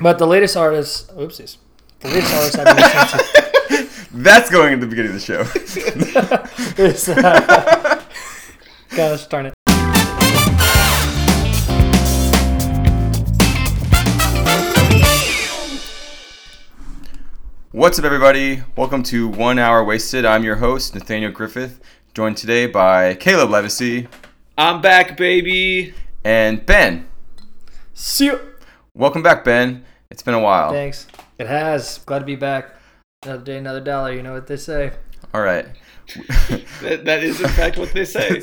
But the latest artists, oopsies, the latest artists I've been listening to That's going at the beginning of the show. is, uh, gosh darn it. What's up, everybody? Welcome to One Hour Wasted. I'm your host, Nathaniel Griffith, joined today by Caleb Levesey I'm back, baby. and Ben. See you. Welcome back, Ben. It's been a while. Thanks. It has. Glad to be back. Another day, another dollar. You know what they say. All right. That, that is in fact what they say.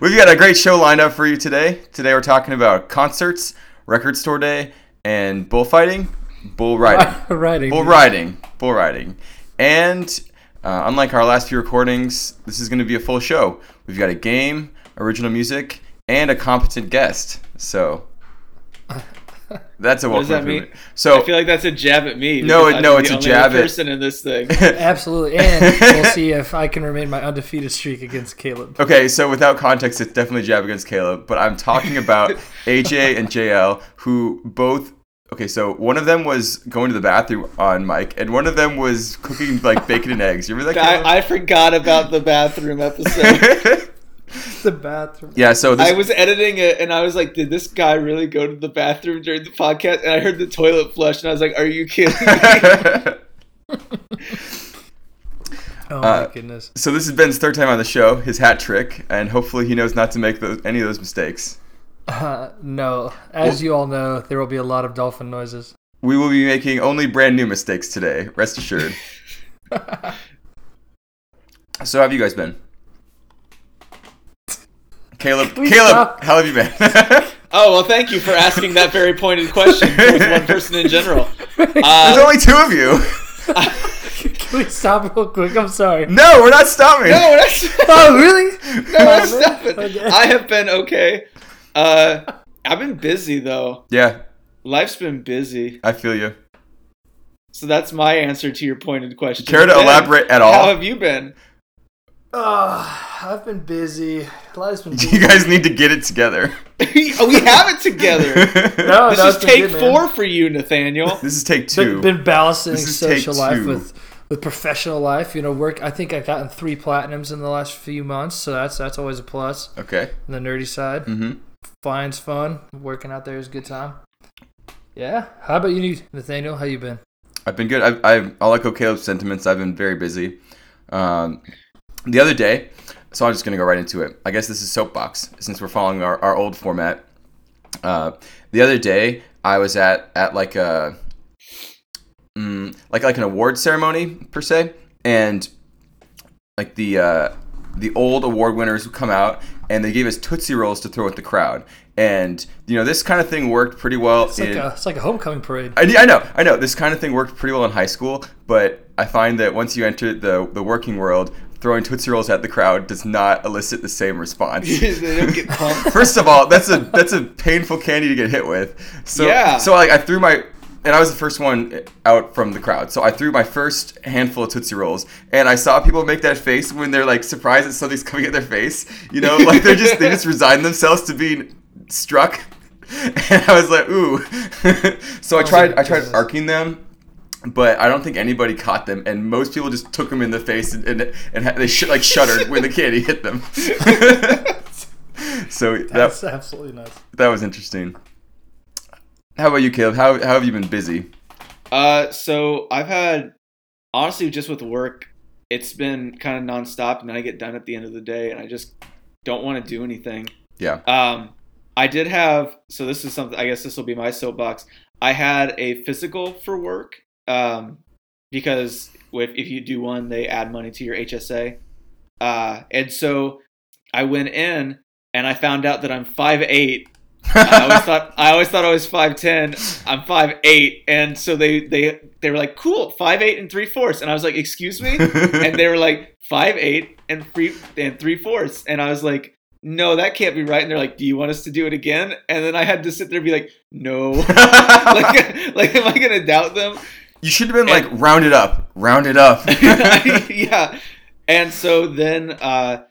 We've got a great show lined up for you today. Today we're talking about concerts, record store day, and bullfighting, bull riding. Writing. bull riding, bull riding, and uh, unlike our last few recordings, this is going to be a full show. We've got a game, original music, and a competent guest. So that's a What welcome does that mean? improvement. So I feel like that's a jab at me. No, because it- no, I'm it's the a only jab at- person in this thing. Absolutely. And we'll see if I can remain my undefeated streak against Caleb. okay, so without context, it's definitely jab against Caleb. But I'm talking about AJ and JL, who both. Okay, so one of them was going to the bathroom on mic, and one of them was cooking like bacon and eggs. You remember that? Caleb? I, I forgot about the bathroom episode. The bathroom. yeah. So this, I was editing it and I was like, did this guy really go to the bathroom during the podcast? And I heard the toilet flush and I was like, are you kidding me? Oh my uh, goodness. So this is Ben's third time on the show, his hat trick, and hopefully he knows not to make those, any of those mistakes. Uh, no. As you all know, there will be a lot of dolphin noises. We will be making only brand new mistakes today, rest assured. so how have you guys been? Caleb, we Caleb, stop? how have you been? oh, well, thank you for asking that very pointed question towards one person in general. There's Uh, only two of you. Can we stop real quick? I'm sorry. No, we're not stopping. no, that's. Oh, really? No, that's man. not it. Okay. I have been okay. Uh, I've been busy though. Yeah, Life's been busy. I feel you. So that's my answer to your pointed question. Care to Ben, elaborate at How all? have you been? Oh, I've been busy. Life's been busy. You guys need to get it together. we have it together. No, This no, is it's been take good, Oh, man. four for you, Nathaniel. This is take Been, two. been balancing This is take social life two. with with professional life. You know, work. I think I've gotten three platinums in the last few months, so that's that's always a plus. Okay. On the nerdy side, hmm flying's fun. Working out there is a good time. Yeah. How about you, Nathaniel? How you been? I've been good. I've, I've, I'll echo Caleb's sentiments. I've been very busy. Um, the other day, so I'm just going to go right into it. I guess this is Soapbox, since we're following our, our old format. Uh, the other day, I was at, at like a mm, like like an award ceremony per se, and like the uh, the old award winners would come out and they gave us tootsie rolls to throw at the crowd, and you know this kind of thing worked pretty well. It's like in- a it's like a homecoming parade. I, I know, I know. This kind of thing worked pretty well in high school, but I find that once you enter the the working world, throwing tootsie rolls at the crowd does not elicit the same response. they don't get pumped. First of all, that's a that's a painful candy to get hit with. So Yeah. so like I threw my and I was the first one out from the crowd. So I threw my first handful of Tootsie Rolls and I saw people make that face when they're like surprised that something's coming at their face. You know, like they're just they just resign themselves to being struck. And I was like, ooh. so I tried I tried goodness. arcing them but I don't think anybody caught them, and most people just took them in the face and and, and ha- they sh- like shuddered when the candy hit them. so That's that absolutely nuts. that was interesting. How about you, Caleb? How how have you been busy? Uh, so I've had honestly just with work, it's been kind of nonstop, and then I get done at the end of the day, and I just don't want to do anything. Yeah. Um, I did have so this is something. I guess this will be my soapbox. I had a physical for work um, because if, if you do one, they add money to your HSA, uh, and so I went in and I found out that I'm five eight I always thought I always thought I was five ten. I'm five eight, and so they they they were like, "Cool, five eight and three fourths," and I was like, "Excuse me," and they were like, five eight and three and three fourths," and I was like, "No, that can't be right." And they're like, "Do you want us to do it again?" And then I had to sit there and be like, "No," like like am I gonna doubt them? you should have been like round it up, round it up. yeah. And so then uh,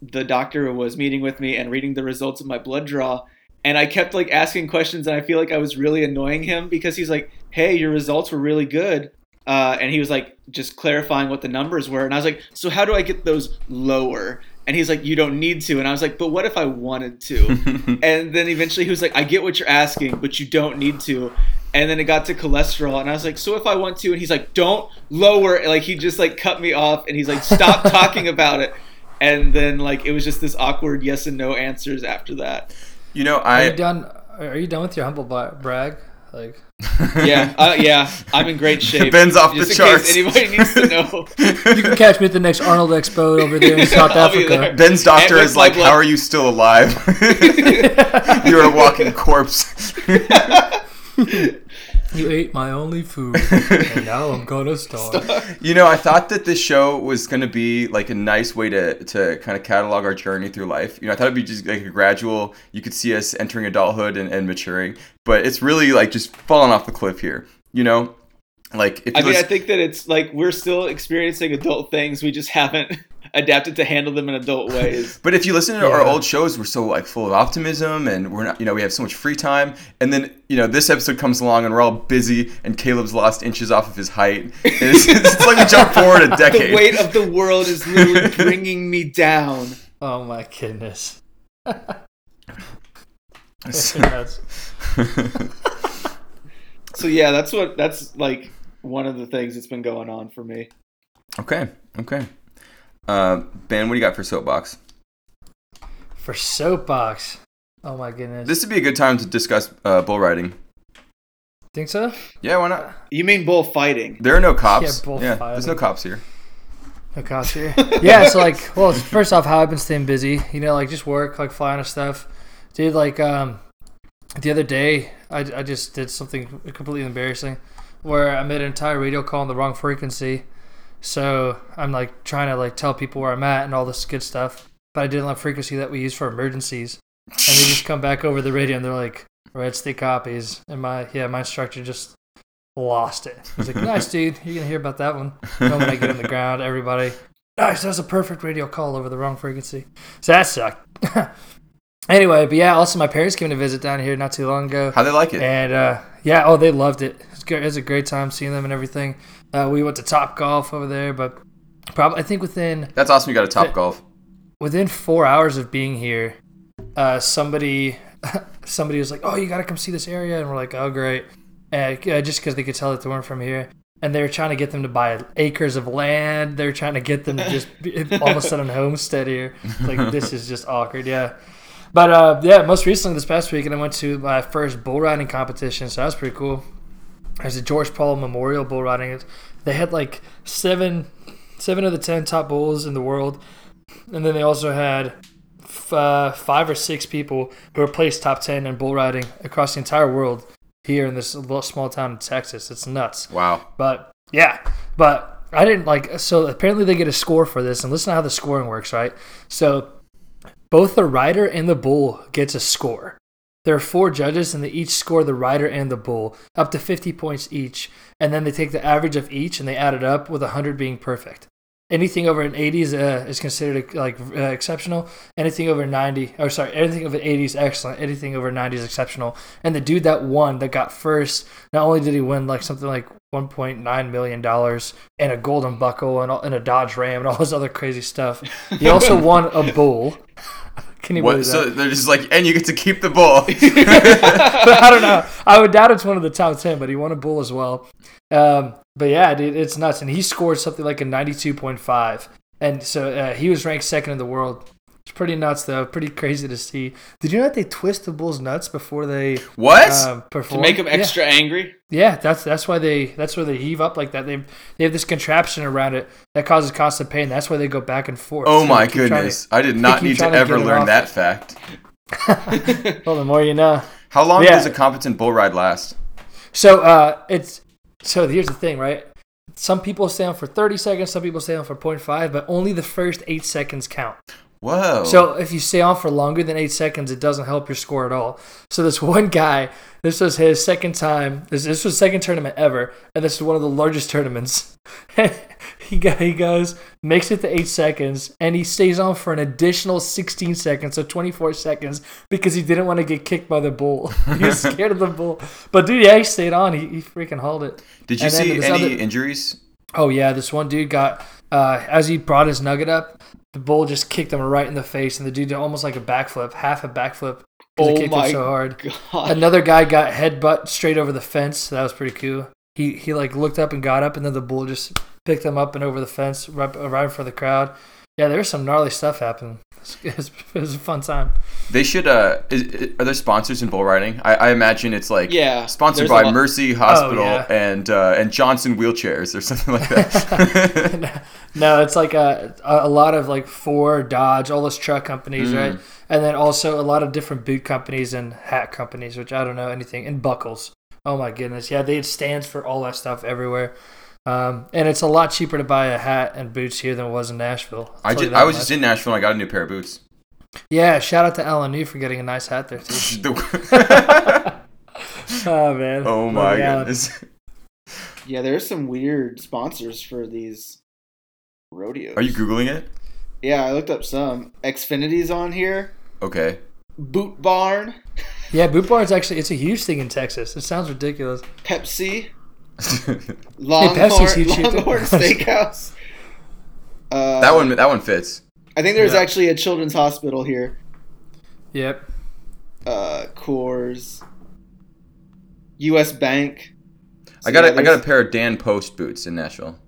the doctor was meeting with me and reading the results of my blood draw. and I kept like asking questions, and I feel like I was really annoying him because he's like, "Hey, your results were really good," uh, and he was like just clarifying what the numbers were, and I was like, "So how do I get those lower?" And he's like, "You don't need to," and I was like, "But what if I wanted to?" and then eventually he was like, "I get what you're asking, but you don't need to." And then it got to cholesterol, and I was like, "So if I want to?" And he's like, "Don't lower." it." Like he just like cut me off, and he's like, "Stop talking about it." And then like it was just this awkward yes and no answers after that. you know, Are you uh, I done? Are you done with your humble bra- brag? Like, Yeah, uh, yeah, I'm in great shape. Ben's off just the in charts. Case anybody needs to know. you can catch me at the next Arnold Expo over there in South I'll be there. Africa. Ben's doctor And with is like, my blood- "How are you still alive? You're a walking corpse." You ate my only food, and now I'm gonna starve. You know, I thought that this show was going to be like a nice way to to kind of catalog our journey through life. You know, I thought it'd be just like a gradual. You could see us entering adulthood and, and maturing, but it's really like just falling off the cliff here. You know, like if you I mean, I listen- think that it's like we're still experiencing adult things. We just haven't adapted to handle them in adult ways. but if you listen to our Yeah. old shows, we're so like full of optimism, and we're not. You know, we have so much free time, and then you know this episode comes along, and we're all busy, and Caleb's lost inches off of his height. And It's, it's like we jump forward a decade. The weight of the world is literally bringing me down. Oh my goodness. That's- So yeah, that's what that's like one of the things that's been going on for me. Okay. Okay. Uh, ben, what do you got for soapbox? for soapbox. Oh my goodness. This would be a good time to discuss uh, bull riding. Think so? Yeah, why not? You mean bullfighting? There are no cops. Yeah, bull Yeah, there's no fighting. cops here. No cops here. yeah, it's like, well, it's- first off, how I've been staying busy. You know, like just work, like flying and stuff. Dude, like um, the other day, I, I just did something completely embarrassing, where I made an entire radio call on the wrong frequency. So I'm like trying to like tell people where I'm at and all this good stuff, but I did it on the frequency that we use for emergencies. And they just come back over the radio and they're like, "Red stick copies." And my yeah, my instructor just lost it. He's like, "Nice, dude. You're gonna hear about that one." And when I get on the ground, everybody, nice. That was a perfect radio call over the wrong frequency. So that sucked. anyway, but yeah, also my parents came to visit down here not too long ago. How they like it? And uh, yeah, oh, they loved it. It was, good. it was a great time seeing them and everything. Uh, we went to Top Golf over there, but probably I think within That's awesome. You got a top golf. within four hours of being here, uh, somebody somebody was like, "Oh, you gotta come see this area," and we're like, "Oh, great," and, uh, just because they could tell that they weren't from here. And they were trying to get them to buy acres of land. They were trying to get them to just be- all of a sudden homestead here. It's Like this is just awkward, yeah. But uh, yeah, most recently this past weekend, I went to my first bull riding competition, so that was pretty cool. There's a George Paul Memorial Bull Riding. They had like seven, seven of the ten top bulls in the world, and then they also had f- uh, five or six people who were placed top ten in bull riding across the entire world here in this little small town in Texas. It's nuts. Wow. But yeah, but I didn't like. So apparently they get a score for this, and listen to how the scoring works, right? So both the rider and the bull gets a score. There are four judges, and they each score the rider and the bull up to 50 points each, and then they take the average of each and they add it up with 100 being perfect. Anything over an 80 is, uh, is considered like uh, exceptional. Anything over 90, or sorry, anything over 80 is excellent. Anything over 90 is exceptional. And the dude that won, that got first, not only did he win like something like 1.9 million dollars and a golden buckle and, all, and a Dodge Ram and all this other crazy stuff, he also won a bull. Can you What? believe that? So they're just like, and you get to keep the bull. but I don't know. I would doubt it's one of the top ten, but he won a bull as well. Um, but yeah, dude, it's nuts, and he scored something like a ninety-two point five, and so uh, he was ranked second in the world. It's pretty nuts, though. Pretty crazy to see. Did you know that they twist the bull's nuts before they what? um, perform? To make him Yeah. extra angry? Yeah, that's that's why they that's why they heave up like that. They they have this contraption around it that causes constant pain. That's why they go back and forth. oh So my they keep trying to- goodness! I did they not keep need to trying to ever get it learn off. that fact. well, the more you know. How long Yeah. does a competent bull ride last? So uh, it's so here's the thing, right? Some people stay on for 30 seconds, some people stay on for 0.5, but only the first eight seconds count. Whoa. So if you stay on for longer than eight seconds, it doesn't help your score at all. So this one guy, this was his second time. This this was second tournament ever, and this is one of the largest tournaments. He go- he goes, makes it to eight seconds, and he stays on for an additional 16 seconds, so 24 seconds, because he didn't want to get kicked by the bull. He was scared of the bull. But dude, yeah, he stayed on. He, he freaking hauled it. Did you And then see this any other- injuries? Oh yeah, this one dude got uh, as he brought his nugget up, the bull just kicked him right in the face, and the dude did almost like a backflip, half a backflip. 'cause Oh it kicked my him so hard. God. Another guy got headbutt straight over the fence. So that was pretty cool. He he like looked up and got up, and then the bull just picked him up and over the fence right, right for the crowd. Yeah, there was some gnarly stuff happening. It was, it was a fun time. They should. Uh, is, i are there sponsors in bull riding? I, I imagine it's like Yeah, sponsored there's a by lot- Mercy Hospital yeah. and uh, and Johnson wheelchairs or something like that. no, it's like a, a lot of like Ford, Dodge, all those truck companies, Mm. right? And then also a lot of different boot companies and hat companies, which I don't know anything, and buckles. Oh my goodness. Yeah, they had stands for all that stuff everywhere. Um, and it's a lot cheaper to buy a hat and boots here than it was in Nashville. I'll I tell you just, that I was much. just in Nashville and I got a new pair of boots. yeah, shout out to Alan New for getting a nice hat there, too. The- oh, man. oh my Love Alan. goodness! yeah, there's some weird sponsors for these rodeos. Are you googling it? Yeah, I looked up some. Xfinity's on here. Okay. Boot Barn, Yeah, Boot Barn's actually, it's a huge thing in Texas. It sounds ridiculous. Pepsi, that Longhorn, Pepsi's huge here, too. Longhorn Steakhouse. Uh, one that one fits. I think there's Yeah. actually a children's hospital here. Yep. Uh, Coors, U.S. Bank. I got yeah, a, I got a there's pair of Dan Post boots in Nashville.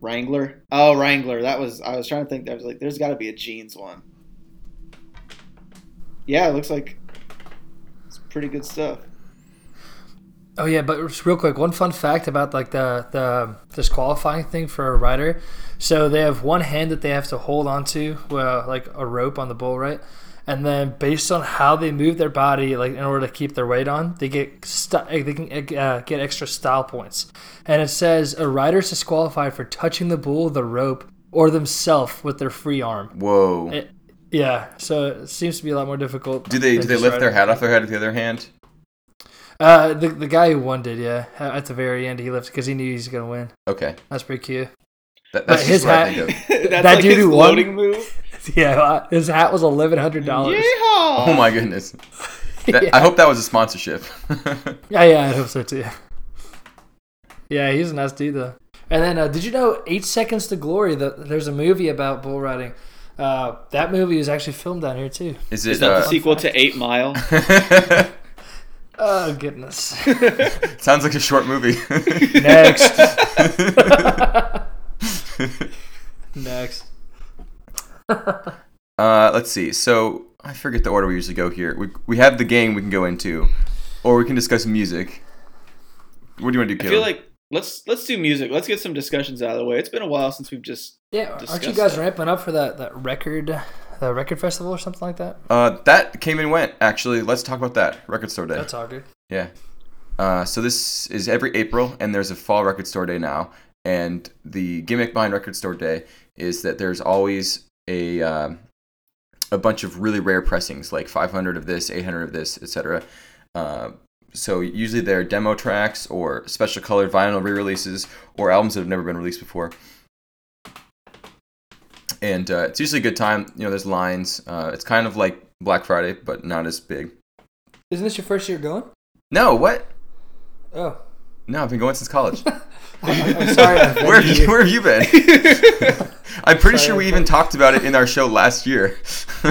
Wrangler. Oh, Wrangler. That was. I was trying to think. I was like, there's got to be a jeans one. Yeah, it looks like it's pretty good stuff. Oh yeah, but just real quick, one fun fact about like the the disqualifying thing for a rider. So they have one hand that they have to hold onto, well, like a rope on the bull, right? And then based on how they move their body, like in order to keep their weight on, they get st- they can uh, get extra style points. And it says a rider is disqualified for touching the bull, the rope, or themselves with their free arm. Whoa. It- yeah, so it seems to be a lot more difficult. do they than do they just lift their rider. hat off their head with the other hand? Uh, the the guy who won did, yeah. At the very end, he lifted because he knew he was gonna win. Okay. That's pretty cute. That, that's But just his what I hat- think of. That's That like dude his who won? loading move. Yeah, his hat was eleven hundred dollars. Yeehaw! Oh my goodness. That- Yeah. I hope that was a sponsorship. Yeah, yeah, I hope so too. Yeah, he's a nice dude though. And then, uh, did you know Eight Seconds to Glory? The, there's a movie about bull riding. Uh, that movie was actually filmed down here too. Is it? Is that the uh, sequel to Eight Mile? Oh goodness. sounds like a short movie. Next. Next. uh, let's see. So I forget the order we usually go here. We we have the game we can go into, or we can discuss music. What do you want to do, I Caleb? feel like let's let's do music. Let's get some discussions out of the way. It's been a while since we've just Yeah, aren't you Disgusting. guys ramping up for that that record, the record festival or something like that? uh, that came and went. Actually, let's talk about that record store day. That's all good. Yeah. Uh, so this is every April, and there's a fall record store day now. And the gimmick behind record store day is that there's always a um, a bunch of really rare pressings, like 500 of this, 800 of this, etc. Uh, so usually they're demo tracks or special colored vinyl re-releases or albums that have never been released before. And uh, it's usually a good time. You know, there's lines. Uh, it's kind of like Black Friday, but not as big. Isn't this your first year going? No, what? Oh, No, I've been going since college. I'm sorry. I offended where, have you. you, where have you been? I'm pretty sure we Sorry. even talked about it in our show last year.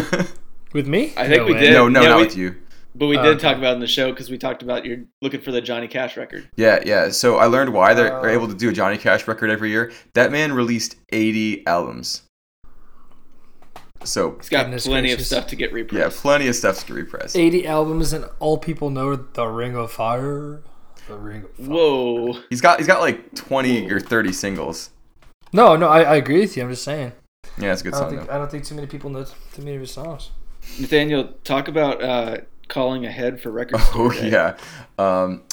With me? I think we way. did. no, no, Yeah, not we- with you. but we Oh, did okay. talk about it in the show because we talked about you're looking for the Johnny Cash record. Yeah, yeah. So I learned why they're Oh. able to do a Johnny Cash record every year. That man released 80 albums. So He's got Goodness plenty gracious. of stuff to get yeah, repressed. plenty of stuff to repress. 80 albums and all people know The Ring of Fire. The Ring of Fire. Whoa. He's got he's got like 20 or 30 singles. No, no, I, I agree with you. I'm just saying. Yeah, it's a good I don't song think though. I don't think too many people know too many of his songs. Nathaniel, talk about uh, calling ahead for record store Oh day. yeah. Um,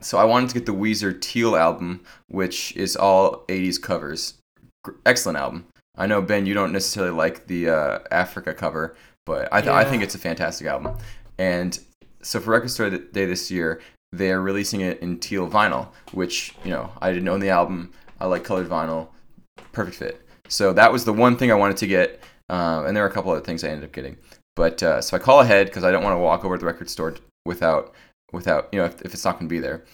so I wanted to get the Weezer Teal album, which is all '80s covers. Gr- Excellent album. I know Ben, you don't necessarily like the uh, Africa cover, but I, th- I Yeah. think it's a fantastic album. And so for Record Store Th- Day this year, they're releasing it in teal vinyl, which you know I didn't own the album. I like colored vinyl. Perfect fit. So that was the one thing I wanted to get, uh, and there were a couple other things I ended up getting. But uh, so I call ahead because I don't want to walk over to the record store without without you know if, if it's not going to be there.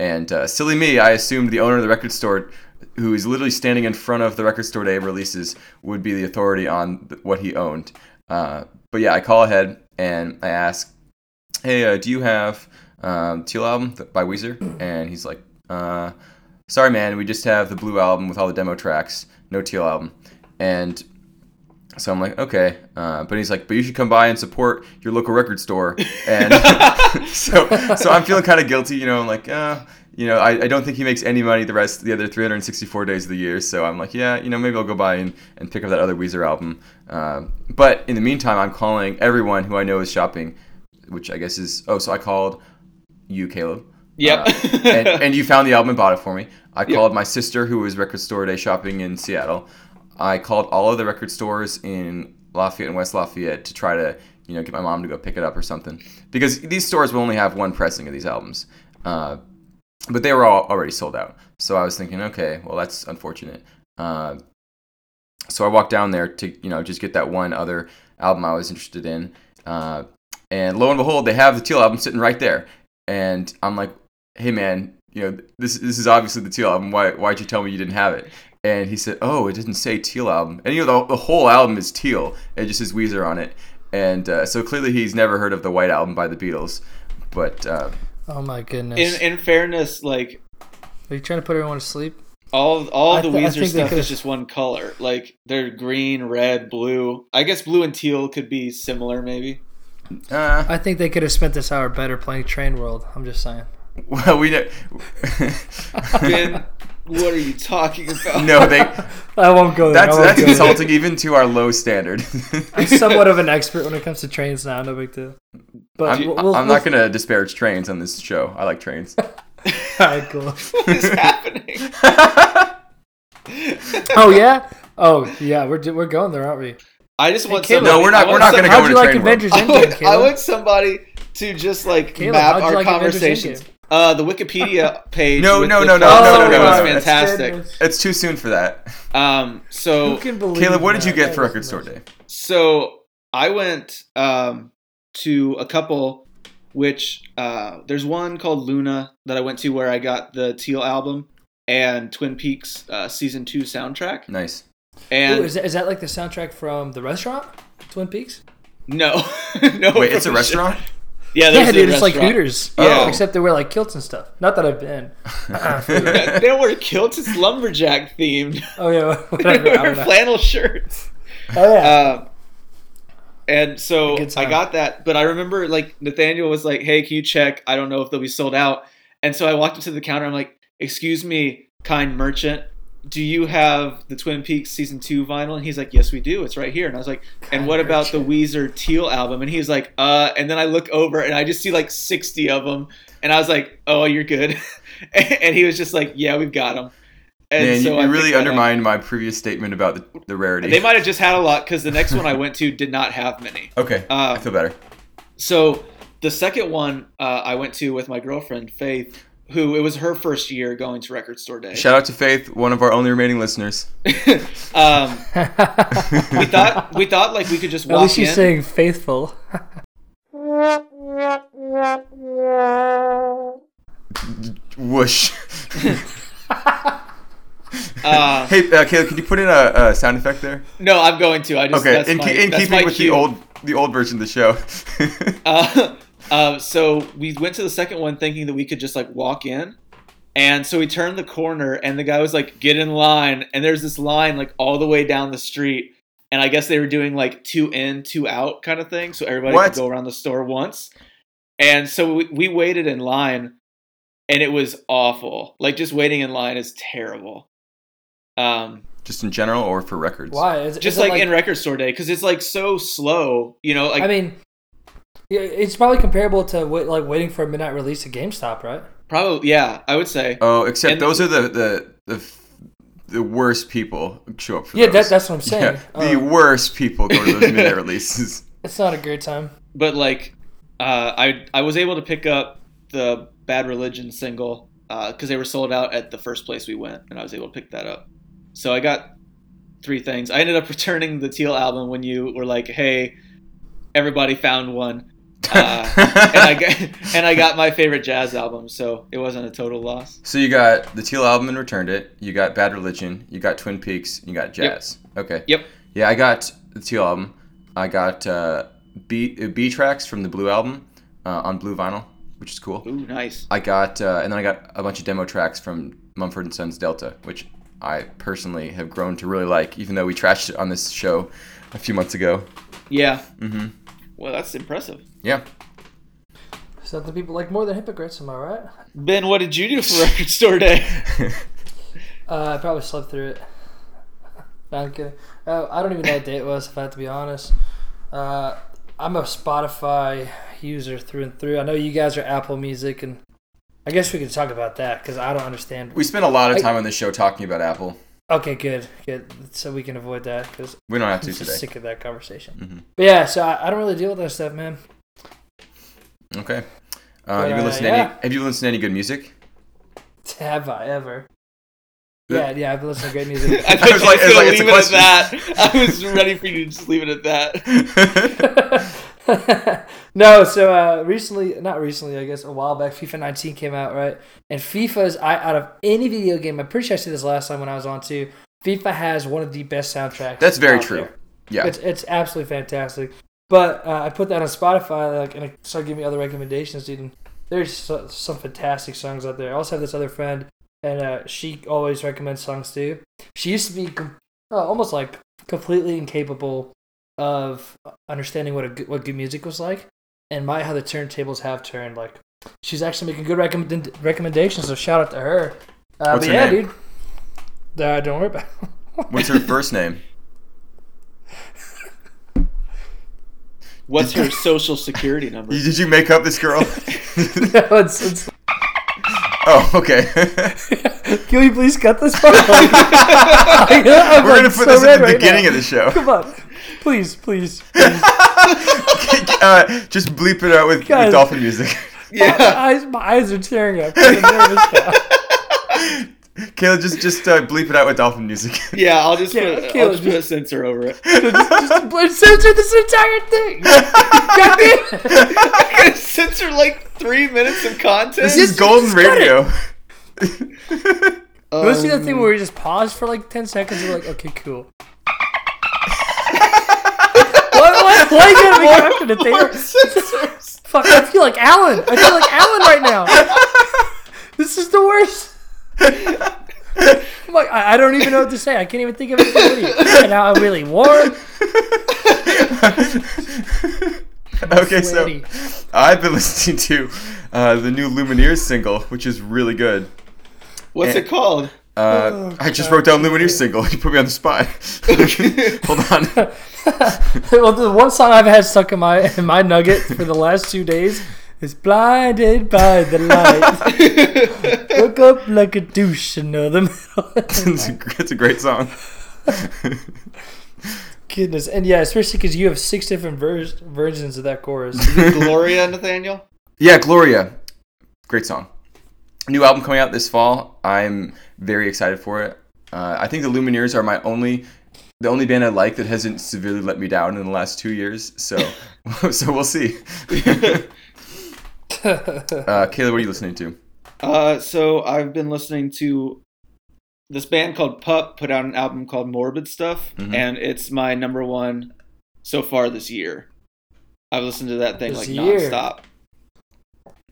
And uh, silly me, I assumed the owner of the record store, who is literally standing in front of the record store day of releases, would be the authority on th- what he owned. Uh, but yeah, I call ahead and I ask, "Hey, uh, do you have um, Teal album th- by Weezer?" And he's like, uh, "Sorry, man, we just have the Blue album with all the demo tracks, no Teal album." And so I'm like, okay. Uh, but he's like, but you should come by and support your local record store. And so, so I'm feeling kind of guilty, you know. I'm like, uh, you know, I, I don't think he makes any money the rest, the other 364 days of the year. So I'm like, yeah, you know, maybe I'll go by and, and pick up that other Weezer album. Um, but in the meantime, I'm calling everyone who I know is shopping, which I guess is, oh, so I called you, Caleb. Yep. Uh, and, and you found the album and bought it for me. I called my sister, who was record store day shopping in Seattle. I called all of the record stores in Lafayette and West Lafayette to try to, you know, get my mom to go pick it up or something, because these stores will only have one pressing of these albums. Uh, but they were all already sold out. So I was thinking, okay, well that's unfortunate. Uh, so I walked down there to, you know, just get that one other album I was interested in. Uh, and lo and behold, they have the Teal album sitting right there. And I'm like, hey man, you know, this this is obviously the Teal album. Why why'd you tell me you didn't have it? And he said, oh, it didn't say Teal album. And you know, the, the whole album is teal. It just says Weezer on it. And uh, so clearly he's never heard of the White Album by the Beatles. But uh, Oh my goodness. in in fairness, like Are you trying to put everyone to sleep? all all I the th- I Weezer think they stuff could've- is just one color. Like they're green, red, blue. I guess blue and teal could be similar, maybe. uh, I think they could have spent this hour better playing Train World. I'm just saying. well, we don't. Ben, what are you talking about? no, they. I won't go there. That's I won't that's go there. insulting even to our low standard. I'm somewhat of an expert when it comes to trains now. No big deal. But I'm, we'll, we'll, I'm we'll, not gonna disparage trains on this show. I like trains. All right, cool. What is happening? Oh yeah. Oh yeah. We're we're going there, aren't we? I just want Caleb. somebody. No, we're not- I want we're not gonna somebody- go How'd to you like Train World. Avengers I Endgame, want, I Caleb? want somebody to just like Caleb, map how'd you our like Avengers conversations. Endgame? Uh, the Wikipedia page. No, with no, the no, no, thoughts no, on Oh, no, it no, was no. fantastic. It's too soon for that. Um, Who so can believe Caleb, what did that? you get That for is record store amazing. day? so I went um, to a couple, which uh, there's one called Luna that I went to where I got the Teal album and Twin Peaks uh, season two soundtrack. Nice. And Ooh, is, that, is that like the soundtrack from the restaurant, Twin Peaks? no, no, Wait, it's a restaurant. Yeah, Yeah, there's a dude, it's like restaurant. Hooters. Oh. Yeah. Except they wear like kilts and stuff. Not that I've been. they don't wear kilts. It's lumberjack themed. Oh yeah, They whatever. I wear don't know. flannel shirts. Oh yeah. Um, and so Good time. I got that, but I remember like Nathaniel was like, "Hey, can you check? I don't know if they'll be sold out." And so I walked up to the counter. I'm like, "Excuse me, kind merchant, do you have the Twin Peaks season two vinyl?" And he's like, "Yes, we do. It's right here." And I was like, "And what about the Weezer Teal album?" And he's like, "Uh." And then I look over and I just see like 60 of them, and I was like, "Oh, you're good." and he was just like, "Yeah, we've got them." And Man, you, I you picked really that up. undermined my previous statement about the, the rarity. They might have just had a lot because the next one I went to did not have many. Okay, I Um, feel better. so the second one uh, I went to with my girlfriend Faith, who it was her first year going to Record Store Day. Shout out to Faith, one of our only remaining listeners. um, Uh, we thought we thought like we could just At walk least in. you're saying faithful. Whoosh. uh, hey, uh, Caleb, can you put in a, a sound effect there? no, I'm going to. I just Okay, that's in, my, ke- in that's keeping my with cue. the old the old version of the show. Uh, uh, so we went to the second one thinking that we could just like walk in. And so we turned the corner and the guy was like, get in line. And there's this line like all the way down the street. And I guess they were doing like two in, two out kind of thing. So everybody What? could go around the store once. And so we, we waited in line and it was awful. Like just waiting in line is terrible. Um, Just in general, or for records. Why? Is, just is it like, in record store day because it's like so slow, you know. Like I mean, yeah, it's probably comparable to wait, like waiting for a midnight release at GameStop, right? probably, yeah, I would say. Oh, except And- those are the the the, f- the worst people who show up for Yeah, that, those. that's what I'm saying. Yeah, the Um, worst people go to those midnight releases. it's not a great time. but like uh, I I was able to pick up the Bad Religion single because they were sold out at the first place we went, and I was able to pick that up. So I got three things. I ended up returning the teal album when you were like, "Hey, everybody found one," uh, and I got, and I got my favorite jazz album, so it wasn't a total loss. So you got the Teal album and returned it. You got Bad Religion. You got Twin Peaks. You got Jazz. Okay. Yep. Yeah, I got the Teal album. I got uh, B uh, B tracks from the Blue album uh, on blue vinyl, which is cool. Ooh, nice. I got uh, and then I got a bunch of demo tracks from Mumford and Sons Delta, which I personally have grown to really like, even though we trashed it on this show a few months ago. Yeah. hmm Well, that's impressive. Yeah. Something people like more than hypocrites, am I right? Ben, what did you do for record store day? Uh, I probably slept through it. No, I'm kidding. Uh, I don't even know what day it was, if I have to be honest. Uh, I'm a Spotify user through and through. I know you guys are Apple Music, and I guess we can talk about that because I don't understand. we spent a lot of time on this show talking about Apple. Okay, good, good. So we can avoid that because We don't have I'm to just today. sick of that conversation. Mhm. But yeah, so I, I don't really deal with that stuff, man. Okay. Uh, have you been Uh, listening? to yeah. Any, have you listened to any good music? Have I ever? Yeah. Yeah, yeah. I've been listening to great music. I was think I was like- like, it's gonna like, it's leave a it at that. I was ready for you to just leave it at that. no, so uh, recently, not recently, I guess a while back, FIFA 19 came out, right? And FIFA's, I out of any video game, I'm pretty sure I said this last time when I was on too. FIFA has one of the best soundtracks. That's very out true. there. yeah. It's it's absolutely fantastic. But uh, I put that on Spotify, like, and it started giving me other recommendations, dude. And there's so, some fantastic songs out there. I also have this other friend, and uh, she always recommends songs too. She used to be com- uh, almost like completely incapable of understanding what a good, what good music was like, and my how the turntables have turned. Like she's actually making good recommend- recommendations. So shout out to her. Uh, but What's her yeah, name? dude. Uh, don't worry about. It. What's her first name? What's her social security number? You- Did you make up this girl? It's- it's- oh, okay. Can we please cut this part? I'm We're gonna like, so put this red at the right beginning now. of the show. Come on, please, please. uh, just bleep it out with, with Guys. dolphin music. My yeah. eyes, my eyes are tearing up. I'm nervous now. Caleb, just just uh, bleep it out with dolphin music. Yeah, I'll just, Yeah, put, I'll Caleb, just put a just- censor over it. Just- just blur- Censor this entire thing. God damn it. I'm gonna censor like three minutes of content. this is just- golden just cut radio. You ever see that Um, thing where you just pause for like ten seconds and you're like, okay, cool. what? What? Why you gotta be corrected at More there? censors. Fuck! I feel like Alan. I feel like Alan right now. This is the worst. I'm like, I, I don't even know what to say. I can't even think of anything. witty. And now I'm really warm. okay, so sweaty. I've been listening to uh, the new Lumineers single, which is really good. What's it called? Uh, I just wrote down Lumineers single. You put me on the spot. Hold on. well, the one song I've had stuck in my in my nugget for the last two days is "Blinded by the Light." Look up like a douche in the middle. it's, a, it's a great song. Goodness, and yeah, especially because you have six different vers- versions of that chorus. Gloria Nathaniel? Yeah, Gloria. Great song. New album coming out this fall. I'm very excited for it. Uh, I think the Lumineers are my only, the only band I like that hasn't severely let me down in the last two years. So, so we'll see. uh, Kayla, what are you listening to? Uh, so I've been listening to this band called Pup put out an album called Morbid Stuff, Mhm. and it's my number one so far this year. I've listened to that thing This like year. nonstop.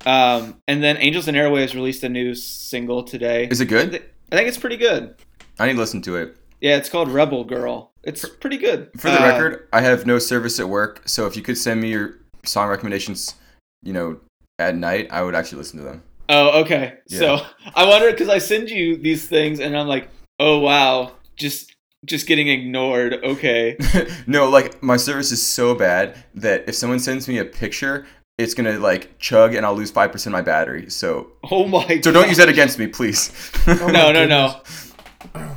Um, and then Angels and Airwaves released a new single today. Is it good? I think it's pretty good. I need to listen to it. Yeah, it's called Rebel Girl. It's pretty good. For the Uh, record, I have no service at work, so if you could send me your song recommendations, you know, at night, I would actually listen to them. Oh, okay. So Yeah. I wonder because I send you these things, and I'm like, oh wow, just just getting ignored. Okay. no, like my service is so bad that if someone sends me a picture, it's gonna like chug and I'll lose five percent of my battery. So Oh my. so don't use that against me, please. Oh my No, no, no.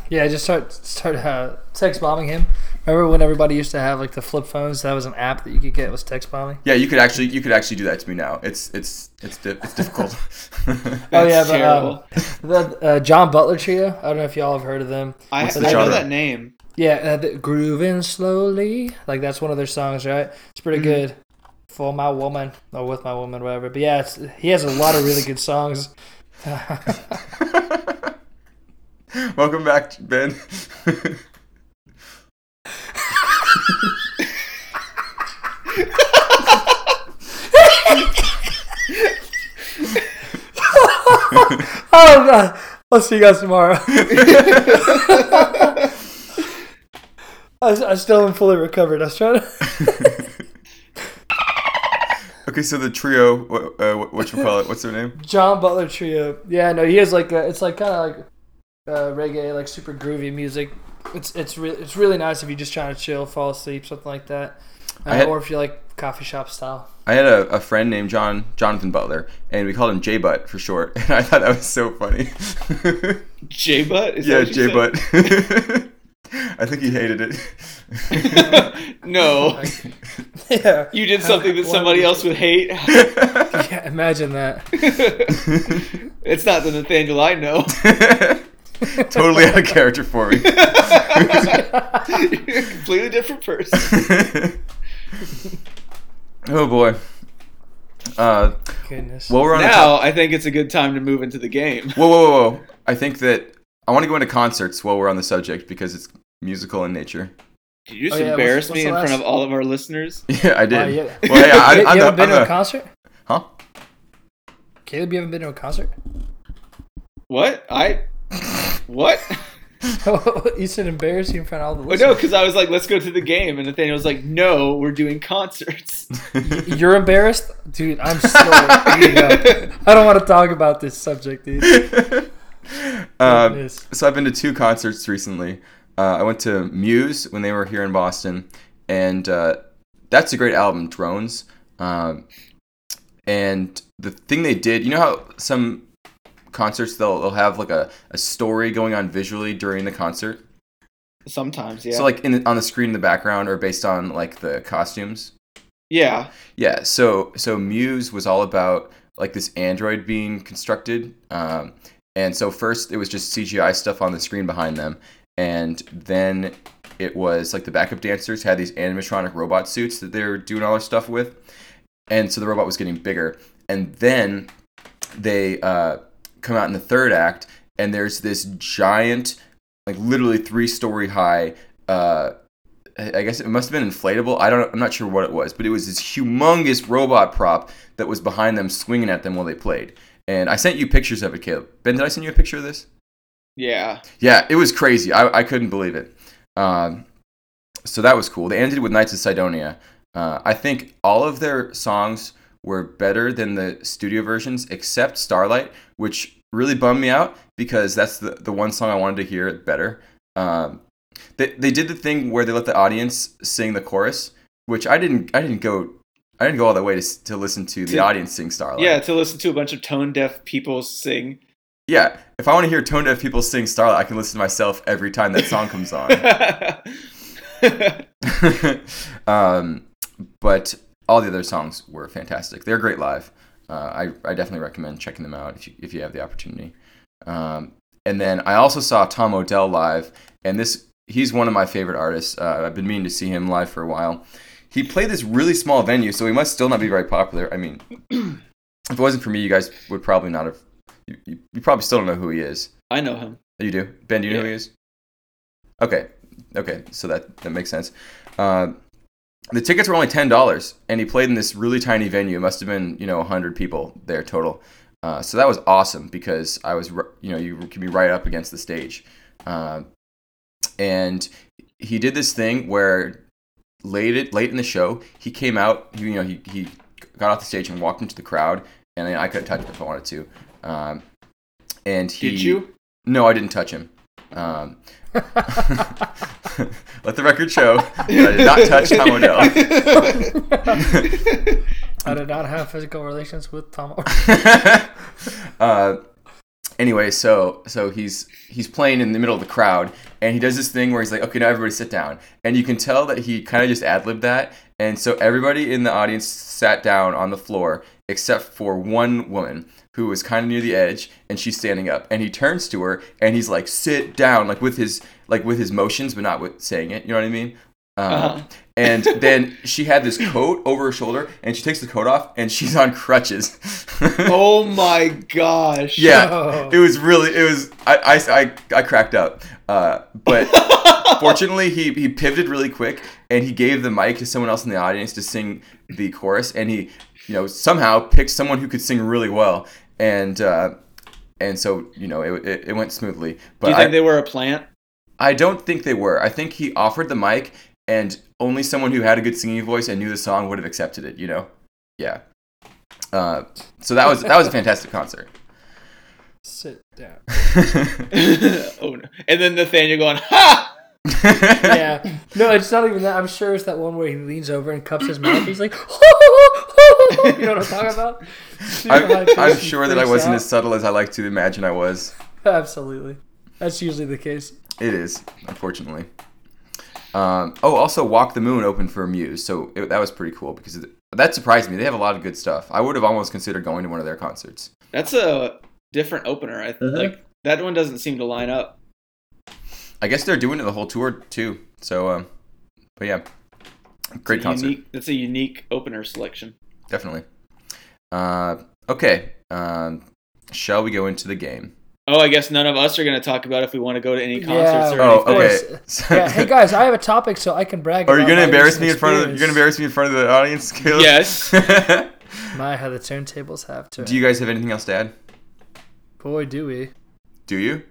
Yeah, just start start uh, text bombing him. Remember when everybody used to have like the flip phones? That was an app that you could get. It was text bombing. Yeah, you could actually you could actually do that to me now. It's it's it's di- it's difficult. Oh That's yeah, but, um, terrible. the uh, John Butler trio. I don't know if y'all have heard of them. I, What's I the know genre? that name. Yeah, uh, the, grooving slowly. Like that's one of their songs, right? It's pretty good. For my woman or with my woman, whatever. But yeah, it's, he has a lot of really good songs. Welcome back, Ben. Oh god, I'll see you guys tomorrow. I, s- I still haven't fully recovered. I was trying to. okay, so the trio, wh- uh, wh- what you call it? What's their name? John Butler trio. Yeah, no, he has like a, it's like kind of like uh, reggae, like super groovy music. It's it's re- it's really nice if you're just trying to chill, fall asleep, something like that, uh, had- or if you like coffee shop style. I had a, a friend named John Jonathan Butler, and we called him J Butt for short, and I thought that was so funny. J Butt? Is that yeah, what you J said? Butt. I think he hated it. no, yeah, you did something that Why somebody would- else would hate. yeah. Imagine that. it's not the Nathaniel I know. totally out of character for me. You're a completely different person. oh boy. Uh, Goodness. well, we're on a top- Now I think it's a good time to move into the game. whoa, whoa, whoa, whoa. I think that I want to go into concerts while we're on the subject because it's musical in nature. Did you just Oh, yeah, embarrass what's- me in what's the front of last- all of our listeners? Yeah, I did. Uh, yeah. Well, yeah, you, I, I'm you the, haven't been I'm to a the, concert, huh? Caleb? You haven't been to a concert? What? I. What? you said embarrass you in front of all the But no, listeners. because I was like, let's go to the game. And Nathaniel was like, no, we're doing concerts. You're embarrassed, dude. I'm still eating up. I don't want to talk about this subject, dude. Um, Goodness. so I've been to two concerts recently. Uh, I went to Muse when they were here in Boston, and uh, that's a great album, Drones. Um, and the thing they did, you know how some concerts they'll, they'll have like a, a story going on visually during the concert. Sometimes, yeah. So like in the, on the screen in the background or based on like the costumes. yeah. Yeah, so so Muse was all about like this android being constructed, um, and so first it was just CGI stuff on the screen behind them, and then it was like the backup dancers had these animatronic robot suits that they were doing all their stuff with, and so the robot was getting bigger, and then they uh, come out in the third act, and there's this giant, like literally three story high. Uh, I I guess it must have been inflatable. I don't. I'm not sure what it was, but it was this humongous robot prop that was behind them, swinging at them while they played. And I sent you pictures of it, Caleb. Ben, did I send you a picture of this? Yeah. Yeah, it was crazy. I, I couldn't believe it. Um, so that was cool. They ended with Knights of Sidonia. Uh, I think all of their songs were better than the studio versions, except Starlight, which really bummed me out because that's the, the one song I wanted to hear better. Um, they, they did the thing where they let the audience sing the chorus, which I didn't I didn't go I didn't go all the way to, s- to listen to the To- audience sing Starlight. Yeah, to listen to a bunch of tone deaf people sing. yeah. If I want to hear tone deaf people sing Starlight, I can listen to myself every time that song comes on. um, but all the other songs were fantastic. They're great live. Uh, I, I definitely recommend checking them out if you, if you have the opportunity. Um, and then I also saw Tom Odell live, and this he's one of my favorite artists. Uh, I've been meaning to see him live for a while. He played this really small venue, so he must still not be very popular. I mean, if it wasn't for me, you guys would probably not have. You, you, you probably still don't know who he is. I know him. You do, Ben. Do you know who he is? Okay, okay. So that that makes sense. Uh, the tickets were only ten dollars, and he played in this really tiny venue. It must have been you know hundred people there total. Uh, so that was awesome because I was r- you know you can be right up against the stage, uh, and he did this thing where late it, late in the show he came out. He, you know he he got off the stage and walked into the crowd, and I could have touched him if I wanted to. Um, and he Did you? no, I didn't touch him. Um, let the record show that I did not touch Tom Odell. I did not have physical relations with Tom. uh, anyway, so so he's he's playing in the middle of the crowd, and he does this thing where he's like, "Okay, now everybody sit down," and you can tell that he kind of just ad libbed that, and so everybody in the audience sat down on the floor except for one woman who was kind of near the edge, and she's standing up, and he turns to her and he's like, "Sit down," like with his like with his motions, but not with saying it. You know what I mean? Um, Uh-huh. and then she had this coat over her shoulder, and she takes the coat off, and she's on crutches. Oh my gosh. Yeah, Oh. it was really it was I I, I, I cracked up, uh, but fortunately he he pivoted really quick and he gave the mic to someone else in the audience to sing the chorus and he you know somehow picked someone who could sing really well and uh, and so you know it, it, it went smoothly. But Do you think I, they were a plant? I don't think they were. I think he offered the mic and only someone who had a good singing voice and knew the song would have accepted it. You know, yeah. Uh, so that was that was a fantastic concert. Sit down. oh no. And then Nathaniel going, ha! Yeah. No, it's not even that. I'm sure it's that one where he leans over and cups his mouth. He's like, you know what I'm talking about? Super I'm, high-pitched I'm and sure that I freaks wasn't out. as subtle as I like to imagine I was. Absolutely. That's usually the case. It is, unfortunately. Um, oh, also, Walk the Moon opened for Muse, so it, that was pretty cool because it, that surprised me. They have a lot of good stuff. I would have almost considered going to one of their concerts. That's a different opener. I like that one doesn't seem to line up. I guess they're doing it the whole tour too. So, um, but yeah, great It's a concert, Unique, that's a unique opener selection. definitely. Uh, okay, um, shall we go into the game? Oh, I guess none of us are going to talk about if we want to go to any concerts Yeah. or Oh, anything. okay. Yeah. Hey guys, I have a topic, so I can brag. Are you about gonna my embarrass recent me in front of the, you're gonna experience. embarrass me in front of the audience? Caleb? Yes. My how the turntables have turned. Do you guys have anything else to add? Boy, do we. Do you?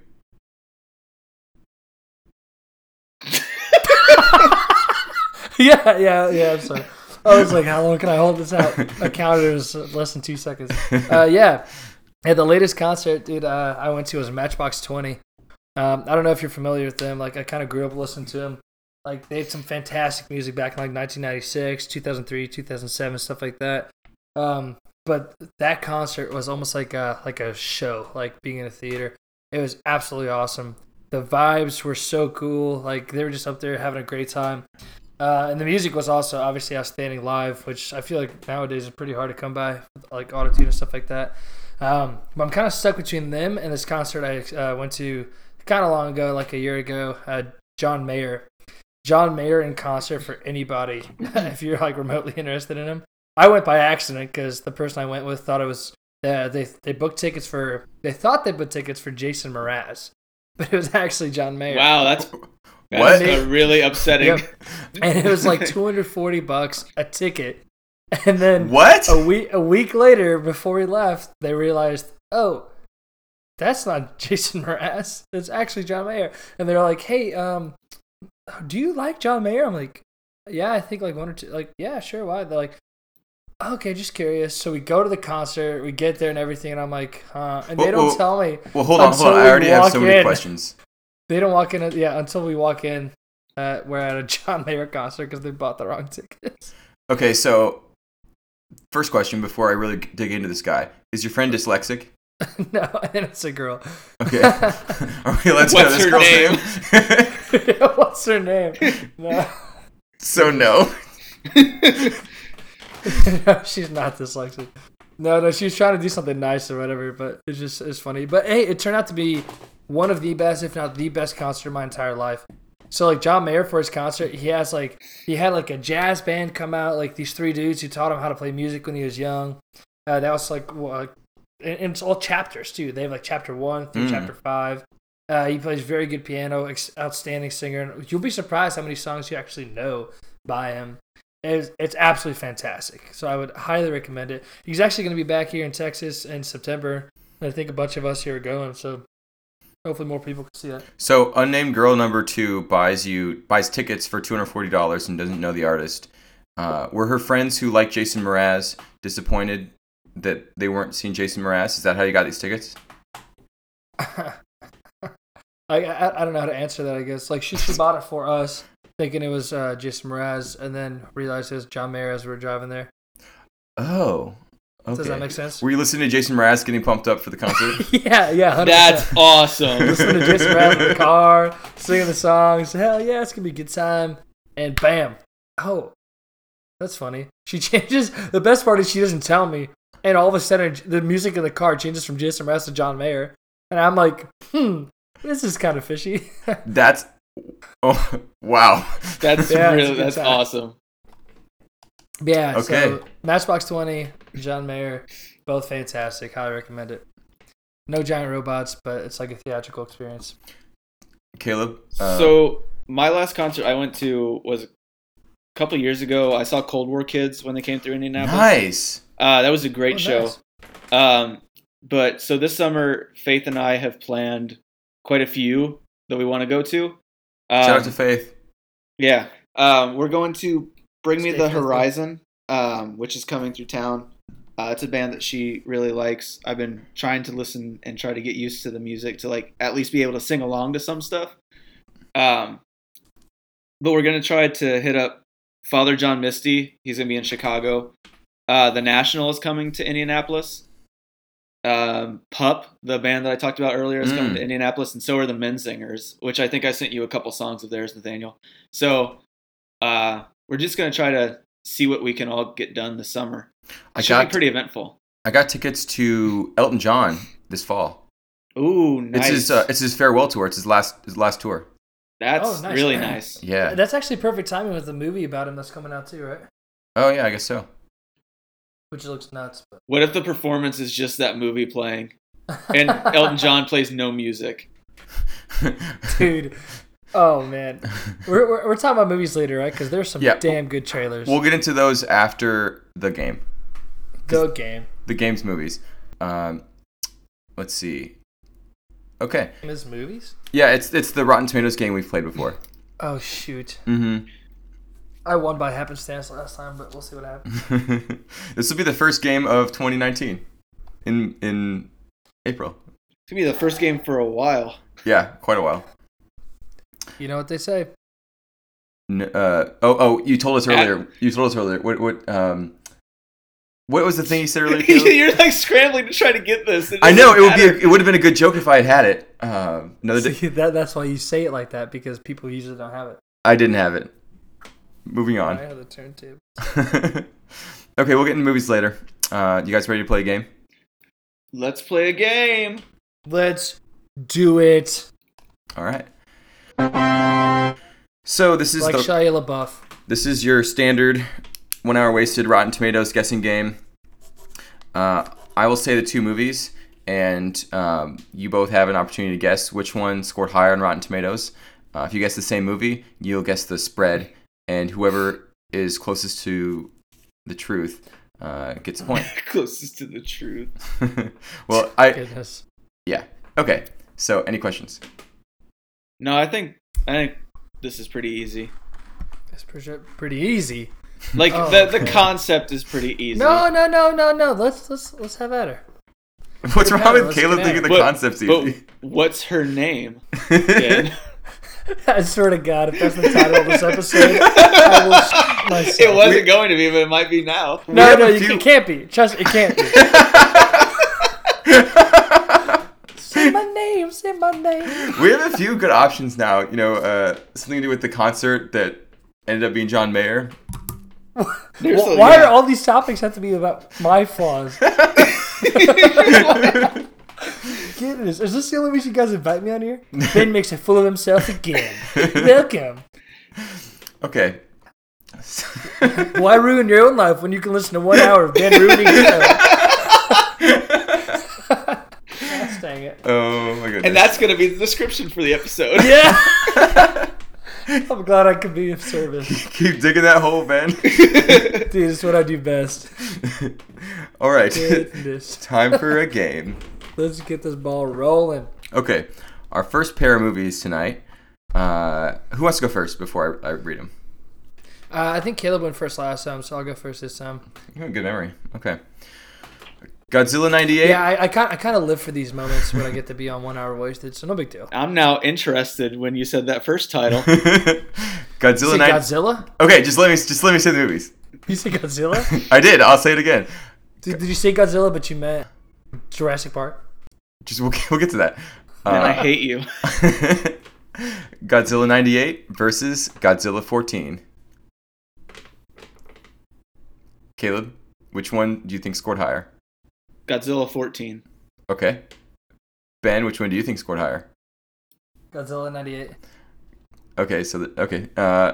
yeah, yeah, yeah. I'm sorry. I was like, how long can I hold this out? I counted it was less than two seconds. Uh, yeah. At the latest concert, dude, uh, I went to was Matchbox 20. Um, I don't know if you're familiar with them. Like, I kind of grew up listening to them. Like, they had some fantastic music back in like 1996, 2003, 2007, stuff like that. Um, but that concert was almost like a like a show, like being in a theater. It was absolutely awesome. The vibes were so cool. Like they were just up there having a great time. Uh, and the music was also obviously outstanding live, which I feel like nowadays is pretty hard to come by, like autotune and stuff like that. Um, but I'm kind of stuck between them and this concert I uh, went to kind of long ago, like a year ago. Uh, John Mayer, John Mayer in concert for anybody if you're like remotely interested in him. I went by accident because the person I went with thought it was uh, they they booked tickets for they thought they booked tickets for Jason Mraz, but it was actually John Mayer. Wow, that's, What? that's a really upsetting. Yep. and it was like 240 bucks a ticket. And then What? a week a week later, before we left, they realized, oh, that's not Jason Mraz. That's actually John Mayer. And they're like, hey, um, do you like John Mayer? I'm like, yeah, I think like one or two. Like, yeah, sure. Why? They're like, okay, just curious. So we go to the concert, we get there and everything, and I'm like, huh? And they Well, don't well- tell me. Well, hold on, I'm hold on. so I already have so many walk in. questions. They don't walk in. Yeah, until we walk in, uh, we're at a John Mayer concert because they bought the wrong tickets. Okay, so first question before I really dig into this guy is your friend dyslexic? no, and it's a girl. Okay, are we allowed to know What's this her girl's name? name? What's her name? No, so no. no, she's not dyslexic. No, no, she was trying to do something nice or whatever, but it's just it's funny. But hey, it turned out to be one of the best, if not the best, concert of my entire life. So like John Mayer for his concert, he has like he had like a jazz band come out, like these three dudes who taught him how to play music when he was young. Uh, that was like, wha- and and it's all chapters too. They have like chapter one through Mm. chapter five. Uh, he plays very good piano, ex- outstanding singer. And you'll be surprised how many songs you actually know by him. It's, it's absolutely fantastic. So I would highly recommend it. He's actually going to be back here in Texas in September. And I think a bunch of us here are going. So hopefully more people can see that. So unnamed girl number two buys you buys tickets for two hundred forty dollars and doesn't know the artist. Uh, were her friends who like Jason Mraz disappointed that they weren't seeing Jason Mraz? Is that how you got these tickets? I, I, I don't know how to answer that, I guess. Like, she, she bought it for us, thinking it was uh, Jason Mraz, and then realized it was John Mayer as we were driving there. Oh, Okay. Does that make sense? Were you listening to Jason Mraz getting pumped up for the concert? yeah, yeah. 100%. That's awesome. Listen to Jason Mraz in the car, singing the songs. Hell yeah, it's gonna be a good time. And bam. Oh, that's funny. She changes. The best part is she doesn't tell me, and all of a sudden the music in the car changes from Jason Mraz to John Mayer, and I'm like, hmm, this is kind of fishy. That's oh wow. That's Yeah, it's a really good that's time. awesome. yeah. Okay. So Matchbox Twenty, John Mayer, both fantastic. Highly recommend it. No giant robots, but it's like a theatrical experience. Caleb. uh, so my last concert I went to was a couple years ago. I saw Cold War Kids when they came through Indianapolis. nice. Uh, that was a great Oh, show. nice. Um, but so this summer, Faith and I have planned quite a few that we want to go to. Um, Shout out to Faith. yeah, um, we're going to Bring Me Stay the faithful. Horizon, um, which is coming through town. Uh, it's a band that she really likes. I've been trying to listen and try to get used to the music to like at least be able to sing along to some stuff. Um, but we're gonna try to hit up Father John Misty. He's gonna be in Chicago. Uh, the National is coming to Indianapolis. Um, Pup, the band that I talked about earlier, is coming Mm. to Indianapolis, and so are the Men Singers, which I think I sent you a couple songs of theirs, Nathaniel. So uh, we're just gonna try to see what we can all get done this summer. I Should be got pretty eventful. I got tickets to Elton John this fall. Ooh, nice. It's his uh, it's his farewell tour. It's his last his last tour. That's Oh, nice. really nice. Yeah. That's actually perfect timing with the movie about him that's coming out too, right? Oh yeah, I guess so. Which looks nuts. But... What if the performance is just that movie playing and Elton John plays no music? dude. Oh man, we're, we're, we're talking about movies later, right? Because there's some Yeah. damn good trailers. we'll get into those after the game. Go game. The game's movies. Um, let's see. Okay. His movies. Yeah, it's it's the Rotten Tomatoes game we've played before. Oh shoot, Mm-hmm. I won by happenstance last time, but we'll see what happens. this will be the first game of 2019 in in April. It's gonna be the first game for a while. Yeah, quite a while. You know what they say? N- uh, oh, oh, you told us earlier. You told us earlier. What what um, what was the thing you said earlier? Caleb? You're like scrambling to try to get this. I know it would be. doesn't A, it would have been a good joke if I had had it. Um, another day, See, that, that's why you say it like that because people usually don't have it. I didn't have it. Moving I on. have the turntable. okay, we'll get into movies later. Uh, you guys ready to play a game? matter. Let's play a game. Let's do it. All right. So this is Like the, Shia LaBeouf. This is your standard one hour wasted Rotten Tomatoes guessing game. Uh, I will say the two movies, and um, you both have an opportunity to guess which one scored higher on Rotten Tomatoes. Uh, if you guess the same movie, you'll guess the spread, and whoever is closest to the truth uh, gets a point. Closest to the truth. well, I Goodness. yeah okay. So any questions? No, I think I think this is pretty easy. That's pretty, pretty easy. Like Oh, the the okay. concept is pretty easy. No, no, no, no, no. Let's let's let's have at her. What's Doesn't wrong matter, with doesn't Caleb thinking the But- concept's But easy? what's her name? Dan? I swear to God, if that's the title of this episode, I will shoot myself. it wasn't going to be, but it might be now. We No, have no, a you, few- it can't be. Trust it can't be. say my name, say my name. we have a few good options now. You know, uh, something to do with the concert that ended up being John Mayer. There's a- Why are all these topics have to be about my flaws? Goodness, is this the only reason you guys invite me on here? Ben makes a fool of himself again. Welcome. Okay. Why ruin your own life when you can listen to one hour of Ben ruining his own? Gosh dang it. oh my goodness. And that's going to be the description for the episode. Yeah. I'm glad I could be of service. Keep digging that hole, Ben. Dude, it's what I do best. All right. Goodness. Time for a game. Let's get this ball rolling. Okay. Our first pair of movies tonight. Uh, who wants to go first before I, I read them? Uh, I think Caleb went first last time, so I'll go first this time. You have a good memory. Okay. Godzilla 98. Yeah, I, I kind I kind of live for these moments when I get to be on one hour wasted, so no big deal. I'm now interested when you said that first title. Godzilla You say 98. Godzilla? Okay, just let me just let me say the movies. You say Godzilla? I did. I'll say it again. Did, did you say Godzilla, but you meant Jurassic Park? Just we'll, we'll get to that. Man, I Uh, hate you. Godzilla 98 versus Godzilla 14. Caleb, which one do you think scored higher? Godzilla 14. Okay. Ben, which one do you think scored higher? Godzilla '98. Okay, so the, okay. Uh,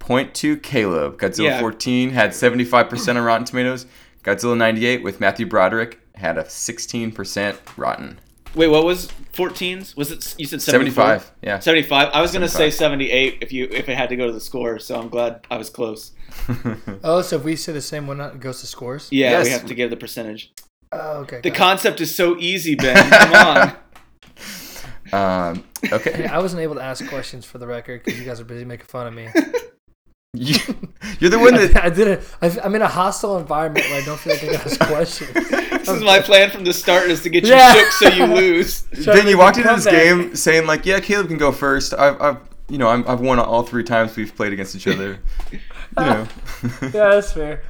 point to Caleb. Godzilla Yeah. 14 had 75% on Rotten Tomatoes. Godzilla 98 with Matthew Broderick had a 16% Rotten. Wait, what was 14's? Was it you said 74? 75. Yeah. 75. I was going to say 75. 78 if you if it had to go to the score, so I'm glad I was close. Oh, so if we say the same one, it goes to scores. Yeah, we Yes. have to give the percentage. Oh, okay. The got it. concept is so easy, Ben. Come on. um, okay. Hey, I wasn't able to ask questions for the record because you guys are busy making fun of me. You, you're the one that I did it. I'm in a hostile environment where I don't feel like I can ask questions. This is my plan from the start is to get you Yeah. shook so you lose. Trying to then make you a walked into this comeback. game saying like, "Yeah, Caleb can go first. I've, I've you know, I'm, I've won all three times we've played against each other. You know." Yeah, that's fair.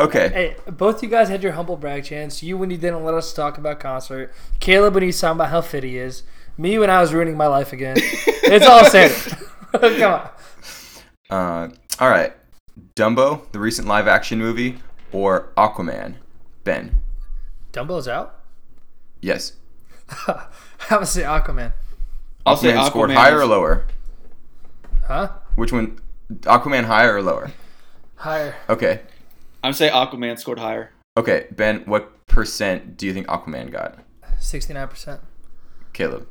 okay. Hey, both you guys had your humble brag chance. You when you didn't let us talk about concert. Caleb when he sound about how fit he is. Me when I was ruining my life again. It's all said. Come on. Uh, all right. Dumbo, the recent live-action movie, or Aquaman? Ben. Dumbo's out. Yes. I would say Aquaman. I'll say Aquaman scored Aquaman higher is- or lower? Huh? Which one? Aquaman higher or lower? Higher. Okay. I'm saying Aquaman scored higher. Okay, Ben. What percent do you think Aquaman got? Sixty nine percent. Caleb.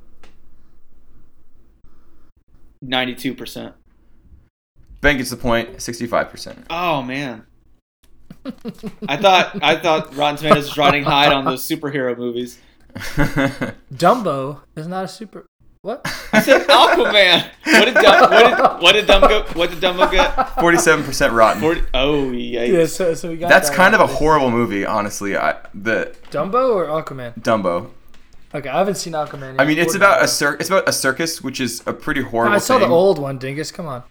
92%. Ben gets the point. Sixty-five percent. Oh man. I thought I thought Rotten Tomatoes was riding high on those superhero movies. Dumbo is not a super what? I said Aquaman. What did Dum- what did what did Dumbo what did Dumbo get? Forty-seven percent rotten. Forty- oh yikes. Yeah, so, so we got That's that kind of one. a horrible movie, honestly. I, the Dumbo or Aquaman? Dumbo. Okay, I haven't seen Aquaman. Yet. I mean, it's Or about a Dumbo. cir- It's about a circus, which is a pretty horrible. I saw thing. the old one, Dingus. Come on.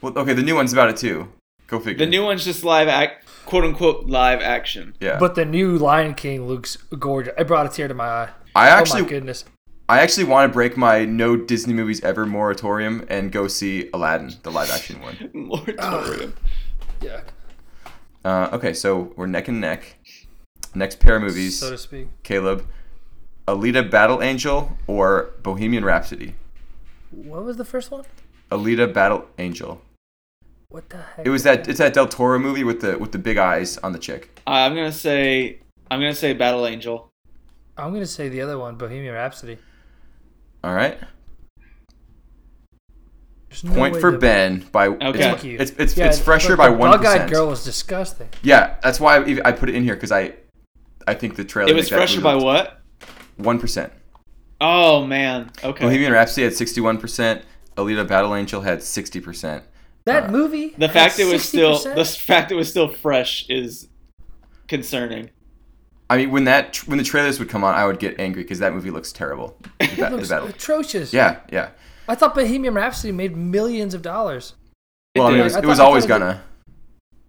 Well, okay, the new one's about it too. Go figure. The new one's just live act quote unquote live action. Yeah. But the new Lion King looks gorgeous. It brought a tear to my eye. I oh actually, my goodness. I actually want to break my no Disney movies ever moratorium and go see Aladdin, the live action one. Moratorium. Yuck. Uh, okay, so we're neck and neck. Next pair of movies, So to speak. Caleb, Alita: Battle Angel or Bohemian Rhapsody. What was the first one? Alita: Battle Angel. What the heck? It was that. It's that Del Toro movie with the with the big eyes on the chick. Uh, I'm gonna say I'm gonna say Battle Angel. I'm gonna say the other one, Bohemian Rhapsody. All right. There's no Point way for that- Ben by it's, Thank you. it's it's, Yeah, it's fresher but by the one Bug-eyed percent. girl was disgusting. Yeah, that's why I, I put it in here because I I think the trailer It was fresher by what? one percent. Oh man. Okay. Bohemian Rhapsody had sixty one percent. Alita: Battle Angel had sixty percent. That Uh, movie. the had fact it was still 60%? the fact it was still fresh is concerning. I mean, when that when the trailers would come on, I would get angry because that movie looks terrible. The ba- the looks battle- atrocious. Yeah, yeah. I thought Bohemian Rhapsody made millions of dollars. Well, I mean, did. it was, I it was thought- I always thought it gonna.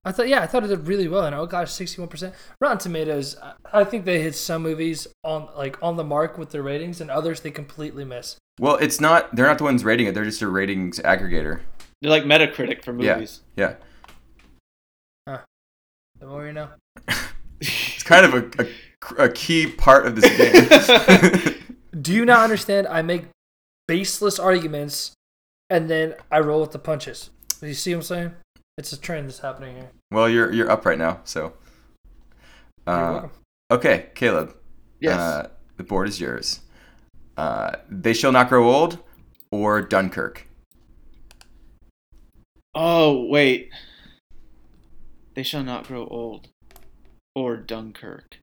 I thought, yeah, I thought it did really well, and oh gosh, sixty-one percent. Rotten Tomatoes, I- I think they hit some movies on like on the mark with their ratings, and others they completely miss. Well, it's not. They're not the ones rating it. They're just a ratings aggregator. They're like Metacritic for movies. Yeah, yeah. The more you know. It's kind of a, a, a key part of this game. Do you not understand? I make baseless arguments, and then I roll with the punches. Do you see what I'm saying? It's a trend that's happening here. Well, you're you're up right now, so. You're Uh, welcome. okay, Caleb. Yes. Uh, the board is yours. Uh, they shall not grow old, or Dunkirk. Oh wait. They shall not grow old. Or Dunkirk.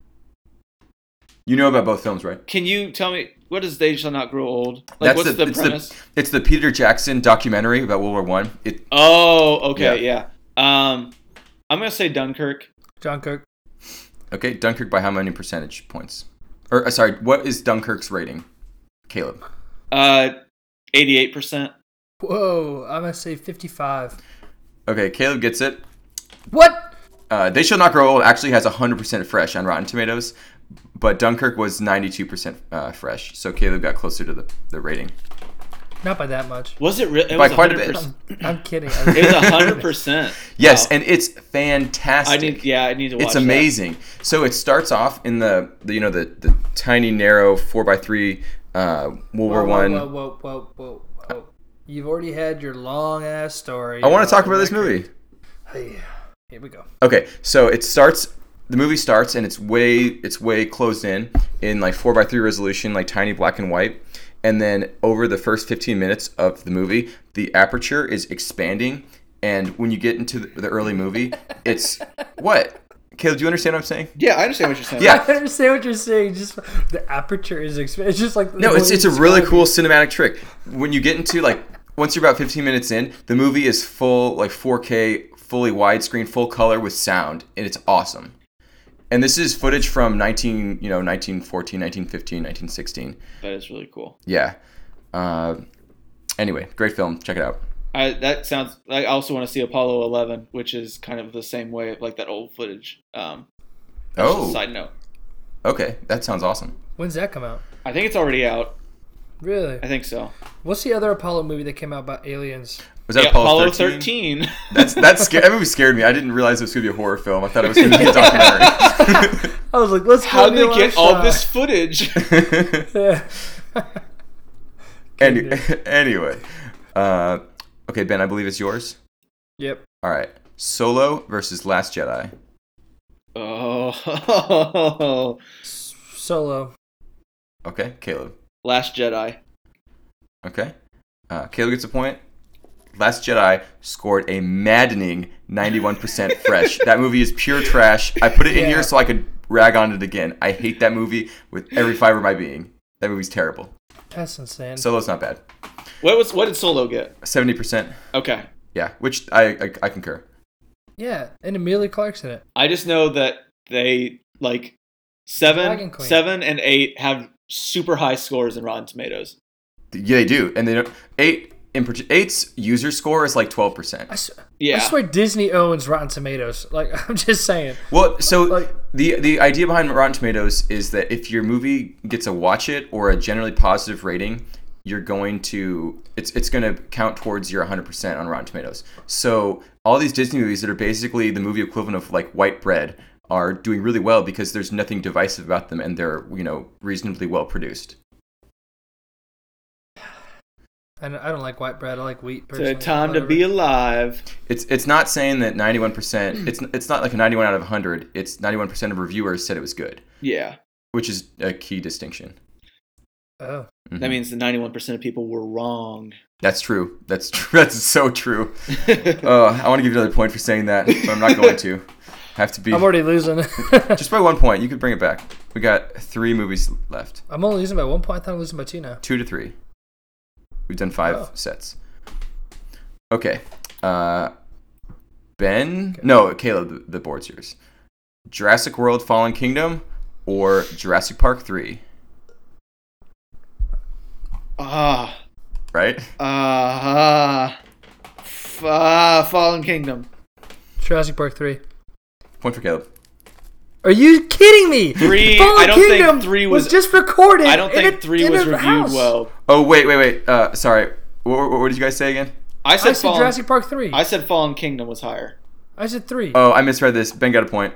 You know about both films, right? Can you tell me what is They Shall Not Grow Old? Like That's what's the, it's premise? The, it's the Peter Jackson documentary about World War One. It Oh, okay, yeah. Um I'm gonna say Dunkirk. John Kirk. okay. Dunkirk by how many percentage points? Or uh, sorry, what is Dunkirk's rating? Caleb. Uh eighty eight percent. Whoa, I'm gonna say 55. Okay, Caleb gets it. What? Uh, they Shall Not Grow Old actually has 100% fresh on Rotten Tomatoes, but Dunkirk was 92% uh, fresh. So Caleb got closer to the, the rating. Not by that much. Was it really? By quite a bit. I'm kidding. It was hundred percent. Yes, and it's fantastic. I need. Yeah, I need to. Watch it's that. amazing. So it starts off in the, the you know the, the tiny narrow four by three uh, World War Whoa, One. Whoa, whoa, whoa, whoa, whoa. You've already had your long ass story. I want to talk about this movie. Hey, here we go. Okay, so it starts. The movie starts and it's way it's way closed in in like four by three resolution, like tiny black and white. And then over the first fifteen minutes of the movie, the aperture is expanding. And when you get into the the early movie, it's what Caleb? Do you understand what I'm saying? Yeah, I understand what you're saying. Yeah. I understand what you're saying. Just the aperture is expanded. It's just like No, it's it's a really cool cinematic trick. When you get into like once you're about 15 minutes in, the movie is full like 4K, fully widescreen, full color with sound, and it's awesome. And this is footage from 19, you know, 1914, 1915, 1916. that is really cool. Yeah. Uh, anyway, great film. Check it out. I, that sounds. I also want to see Apollo 11, which is kind of the same way, like that old footage. Um, that's just a Oh, side note. okay. That sounds awesome. When's that come out? I think it's already out. Really? I think so. What's the other Apollo movie that came out about aliens? Was that Yeah, Apollo, 13? 13. That's that's sca- that movie scared me. I didn't realize it was gonna be a horror film. I thought it was gonna be a documentary. I was like, let's. How go did they do get our all shot. this footage? Yeah. Any- anyway, uh, okay, Ben, I believe it's yours. yep. All right, Solo versus Last Jedi. Oh, Solo. Okay, Caleb. Last Jedi. Okay, uh, Caleb gets a point. Last Jedi scored a maddening 91% fresh. that movie is pure trash. I put it in Yeah. here so I could rag on it again. I hate that movie with every fiber of my being. That movie's terrible. That's insane. Solo's not bad. What was? What did Solo get? 70%. Okay, Yeah, which I I, I concur. yeah, and Amelia Clark's in it. I just know that they like seven, Dragon Queen. seven, and eight have super high scores in Rotten Tomatoes. Yeah, they do, and they don't. Eight in parti- eight's user score is like 12%. I, s- Yeah, I swear Disney owns Rotten Tomatoes. Like I'm just saying. Well, so Like- the the idea behind Rotten Tomatoes is that if your movie gets a watch it or a generally positive rating, you're going to it's it's going to count towards your 100% on Rotten Tomatoes. So all these Disney movies that are basically the movie equivalent of like white bread are doing really well because there's nothing divisive about them and they're you know reasonably well produced. I don't, I don't like white bread. I like wheat. it's a Personally. time to be alive. It's it's not saying that 91% it's it's not like a 91 out of 100. It's 91% of reviewers said it was good, Yeah, which is a key distinction. Oh, Mhm. that means the ninety-one percent of people were wrong. That's true. That's tr That's so true. Ah. Uh, I want to give you another point for saying that, but I'm not going to. I have to be I'm already losing. just by one point. You could bring it back. We got three movies left, I'm only losing by one point. I thought I'm losing by two now. two to three. We've done five Oh. sets. Okay. Uh, ben, no, Caleb, the, the board's yours. Jurassic World: Fallen Kingdom or Jurassic Park Three, Ah, right? ah, ah, F- ah, Fallen Kingdom. Jurassic Park three. Point for Caleb. Are you kidding me? Three- Fallen I don't think Kingdom three was- just recorded. I don't in think a- three in was a reviewed house. well. Oh wait, wait, wait. Uh, sorry. What, what, what did you guys say again? I I said, said Fallen. Jurassic Park three. I I, said Fallen Kingdom was higher. said three. Oh, I misread this. Ben got a point.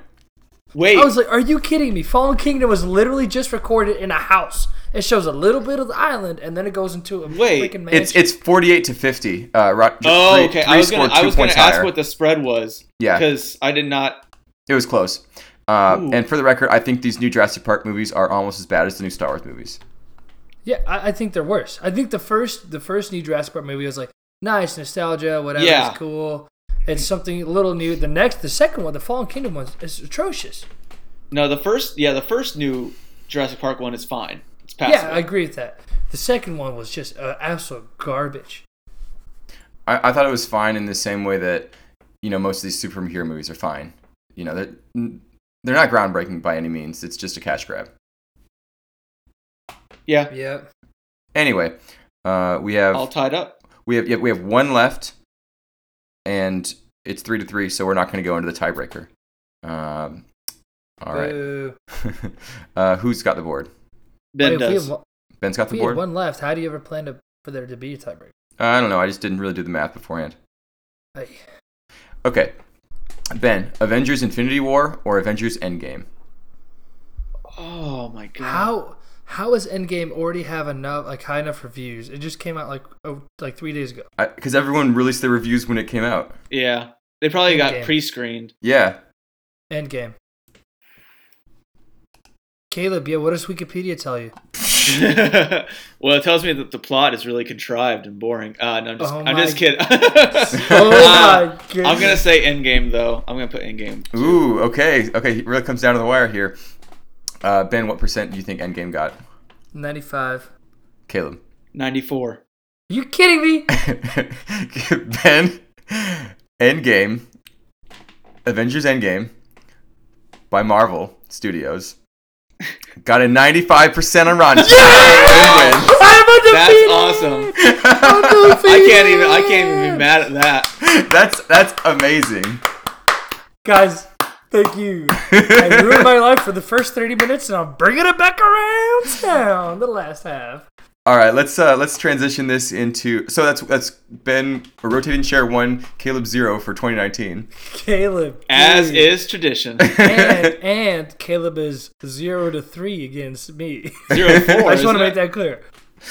Wait, I was like, "Are you kidding me?" Fallen Kingdom was literally just recorded in a house. It shows a little bit of the island, and then it goes into a Wait, freaking mansion. It's it's forty eight to fifty. Uh, Ro- oh, three- okay. three I was gonna, scored I two was gonna points ask higher. what the spread was. Yeah. because I did not. It was close. Uh, Ooh. and for the record, I think these new Jurassic Park movies are almost as bad as the new Star Wars movies. yeah, I, I think they're worse. I think the first the first new Jurassic Park movie was like nice nostalgia, whatever, Yeah. it's cool. It's something a little new. The next, the second one, the Fallen Kingdom one, is atrocious. No, the first, yeah, the first new Jurassic Park one is fine. It's Yeah, passable. I agree with that. The second one was just uh, absolute garbage. I, I thought it was fine in the same way that you know most of these superhero movies are fine. You know they're they're not groundbreaking by any means. It's just a cash grab. yeah, Yeah, Anyway, uh, we have all tied up. we have yeah, we have one left, and it's three to three. So we're not going to go into the tiebreaker. Um, all right. Boo. uh, who's got the board? Ben Wait, if we does. have, one- Ben's got if the we have board. Uh, one left, how do you ever plan to for there to be a tiebreaker? I don't know. I just didn't really do the math beforehand. Like, Okay. Ben, Avengers Infinity War or Avengers Endgame? Oh my god. how how does Endgame already have enough like high enough reviews? It just came out like oh, like three days ago. Because everyone released their reviews when it came out. Yeah. They probably got Endgame. pre-screened. Yeah. Endgame. Caleb, yeah, what does Wikipedia tell you? well, it tells me that the plot is really contrived and boring. Uh, no, I'm just, Oh I'm just my- kidding. Oh Uh, my goodness. I'm gonna say Endgame though. I'm gonna put Endgame. Ooh. Okay. Okay. It really comes down to the wire here. Uh, ben, what percent do you think Endgame got? 95. Caleb. 94. Are you kidding me? ben, Endgame, Avengers Endgame by Marvel Studios got a 95% on Rotten Tomatoes. That's awesome. I can't even. I can't even be mad at that. that's that's amazing. Guys, thank you. I ruined my life for the first 30 minutes and I'm bringing it back around now, the last half. All right, let's uh, let's transition this into so that's that's been a rotating share one, Caleb zero for 2019. Caleb. As dude. is tradition. And, and Caleb is 0 to 3 against me. Zero four. I just want isn't to make it? that clear.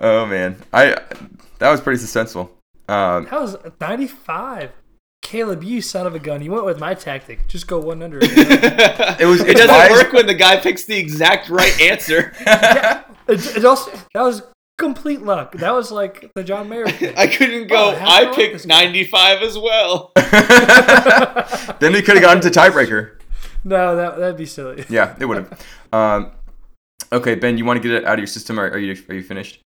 Oh man, I that was pretty suspenseful. Um, That was 95. Caleb, you son of a gun. You went with my tactic. Just go one under. it, it was It doesn't wise- work when the guy picks the exact right answer. it also, that was complete luck. That was like the John Mayer thing. I couldn't go. Oh, how I wrong picked this guy? 95 as well. then we could have gotten to tiebreaker. No, that, that'd be silly. Yeah, it would have. Um, okay, Ben, you want to get it out of your system? Or are you are you finished?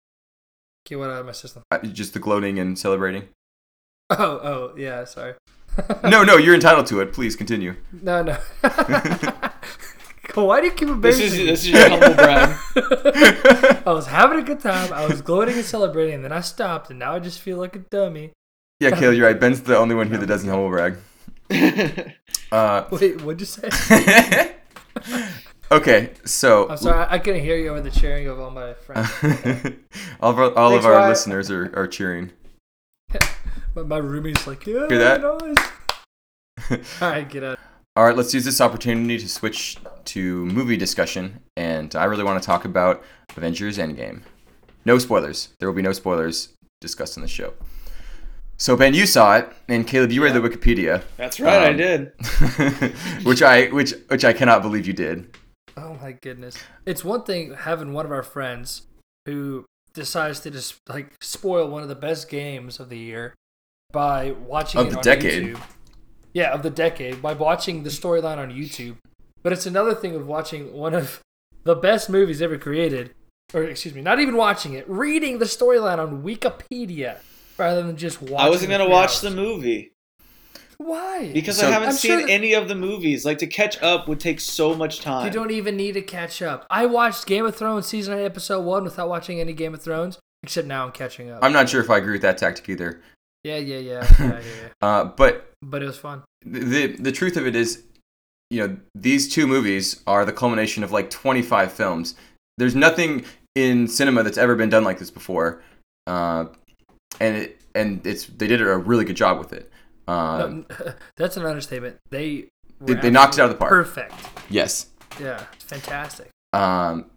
Get one out of my system. Uh, Just the gloating and celebrating. Oh, oh, yeah, sorry. No, no, you're entitled to it. Please continue. No, no. Why do you keep This embarrassing is me? this is your humble brag. I was having a good time. I was gloating and celebrating, and then I stopped, and now I just feel like a dummy. Yeah, Caleb, you're right. Ben's the only one here that doesn't humble brag. Uh, Wait, what'd you say? okay, so I'm sorry, I, I couldn't hear you over the cheering of all my friends. all of our, all Thanks, of our Wyatt. listeners are, are cheering. My, my roomie's like, yeah, Hear that? noise. all right, get out. All right, let's use this opportunity to switch to movie discussion, and I really want to talk about Avengers Endgame. No spoilers. There will be no spoilers discussed on the show. So Ben, you saw it, and Caleb, you read the Wikipedia, That's right. I Um, did. which I which which I cannot believe you did. Oh my goodness. It's one thing having one of our friends who decides to just like spoil one of the best games of the year by watching Of it the on decade. YouTube. Yeah, of the decade by watching the storyline on YouTube. But it's another thing of watching one of the best movies ever created, or excuse me, not even watching it, reading the storyline on Wikipedia rather than just watching. I wasn't the gonna three watch the hours. movie Why? because So- I haven't I'm seen sure that- any of the movies. Like to catch up would take so much time. You don't even need to catch up. I watched Game of Thrones season 8 episode 1 without watching any Game of Thrones, except now I'm catching up. I'm not sure if I agree with that tactic either, yeah, yeah, yeah, yeah, yeah, yeah. uh, but But it was fun. the the truth of it is, you know, these two movies are the culmination of like 25 films. There's nothing in cinema that's ever been done like this before, uh, and it, and it's they did a really good job with it. Uh, No, n- that's an understatement. They were They- they knocked it out of the park. absolutely Perfect. yes. Yeah, it's fantastic. Um,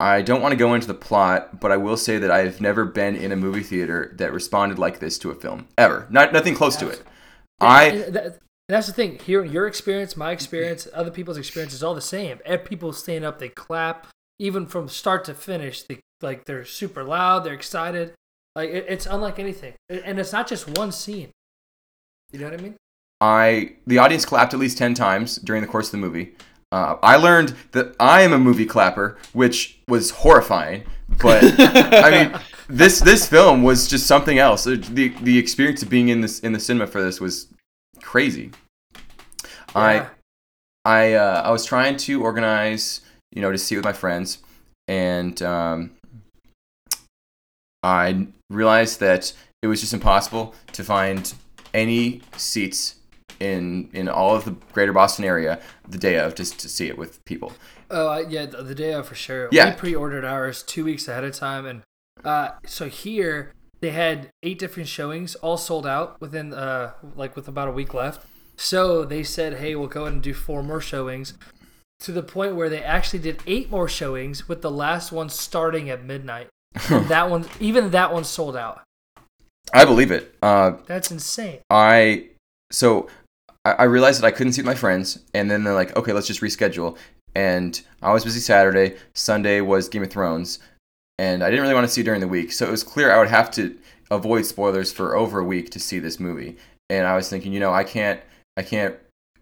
I don't want to go into the plot, but I will say that I've never been in a movie theater that responded like this to a film ever. Not nothing close to it. I And that- that's the thing. Here, your experience, my experience, other people's experience is all the same. If people stand up, they clap. Even from start to finish, they like they're super loud. They're excited. Like it, it's unlike anything, and it's not just one scene. You know what I mean? I the audience clapped at least ten times during the course of the movie. Uh, I learned that I am a movie clapper, which was horrifying. But I mean, this this film was just something else. It- The the experience of being in this in the cinema for this was crazy. I Yeah. I uh, I was trying to organize, you know, to see it with my friends, and um, I realized that it was just impossible to find any seats in in all of the greater Boston area the day of just to see it with people. Oh I, yeah, the, the day of for sure. Yeah. We pre-ordered ours two weeks ahead of time, and uh, so here they had eight different showings, all sold out within uh, like with about a week left. So they said, hey, we'll go ahead and do four more showings, to the point where they actually did eight more showings, with the last one starting at midnight. And that one, even that one, sold out. I believe it. Uh, That's insane. I so I, I realized that I couldn't see my friends, and then they're like, okay, let's just reschedule. And I was busy Saturday. Sunday was Game of Thrones, and I didn't really want to see it during the week, so it was clear I would have to avoid spoilers for over a week to see this movie. And I was thinking, you know, I can't, I can't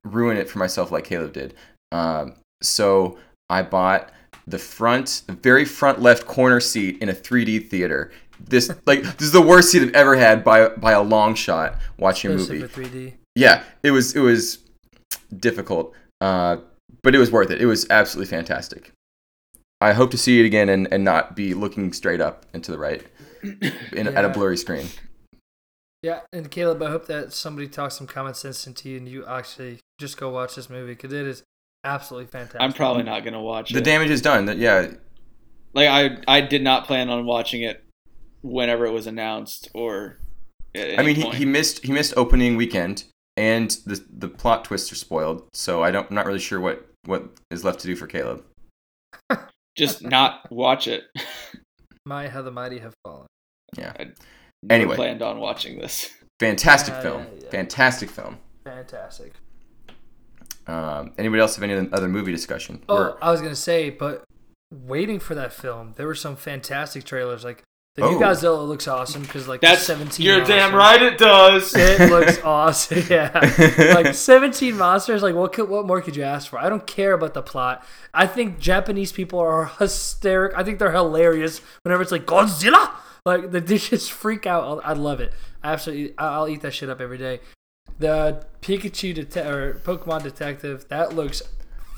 ruin it for myself like Caleb did. Um, so I bought the front, the very front left corner seat in a 3D theater. This like this is the worst seat I've ever had by by a long shot watching a Especially movie for 3D. yeah, it was it was difficult, uh, but it was worth it. It was absolutely fantastic. I hope to see it again and, and not be looking straight up and to the right in, at Yeah. a blurry screen. Yeah, and Caleb, I hope that somebody talks some common sense into you and you actually just go watch this movie because it is absolutely fantastic. I'm probably not gonna watch The it. damage is done. That yeah, like I I did not plan on watching it whenever it was announced or. at I any mean he, point. he missed he missed opening weekend and the the plot twists are spoiled. So I don't I'm not really sure what what is left to do for Caleb. just not watch it. My how the mighty have fallen. Never Anyway. planned on watching this. Fantastic Yeah, film. yeah, yeah. Fantastic film. Fantastic. Um, anybody else have any other movie discussion? Oh, Or- I was gonna say, but waiting for that film, there were some fantastic trailers. Like the Oh. new Godzilla looks awesome because like That's 17 You're monsters. damn right it does. It looks awesome. Yeah, like 17 monsters. Like what could what more could you ask for? I don't care about the plot. I think Japanese people are hysteric. I think they're hilarious whenever it's like Godzilla. Like the dishes freak out. I I love it. I absolutely. I- I'll eat that shit up every day. The Pikachu detec or Pokemon detective that looks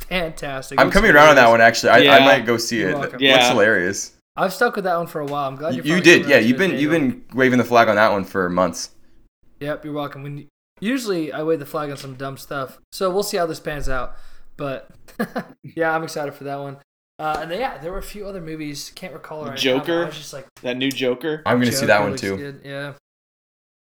fantastic. I'm Looks coming around on that hilarious. one actually. I, I Yeah. might go see You're it. welcome. That's Yeah. hilarious. I've stuck with that one for a while. I'm glad You, you're you finally did, coming yeah. around to You've it, been you've Daniel. been waving the flag on that one for months. Yep, you're welcome. When usually I wave the flag on some dumb stuff, so we'll see how this pans out. But yeah, I'm excited for that one. Uh, and then, yeah, there were a few other movies. Can't recall right now, but Joker. I was just like, That new Joker. I'm gonna Joker see that one looks too. good, Yeah,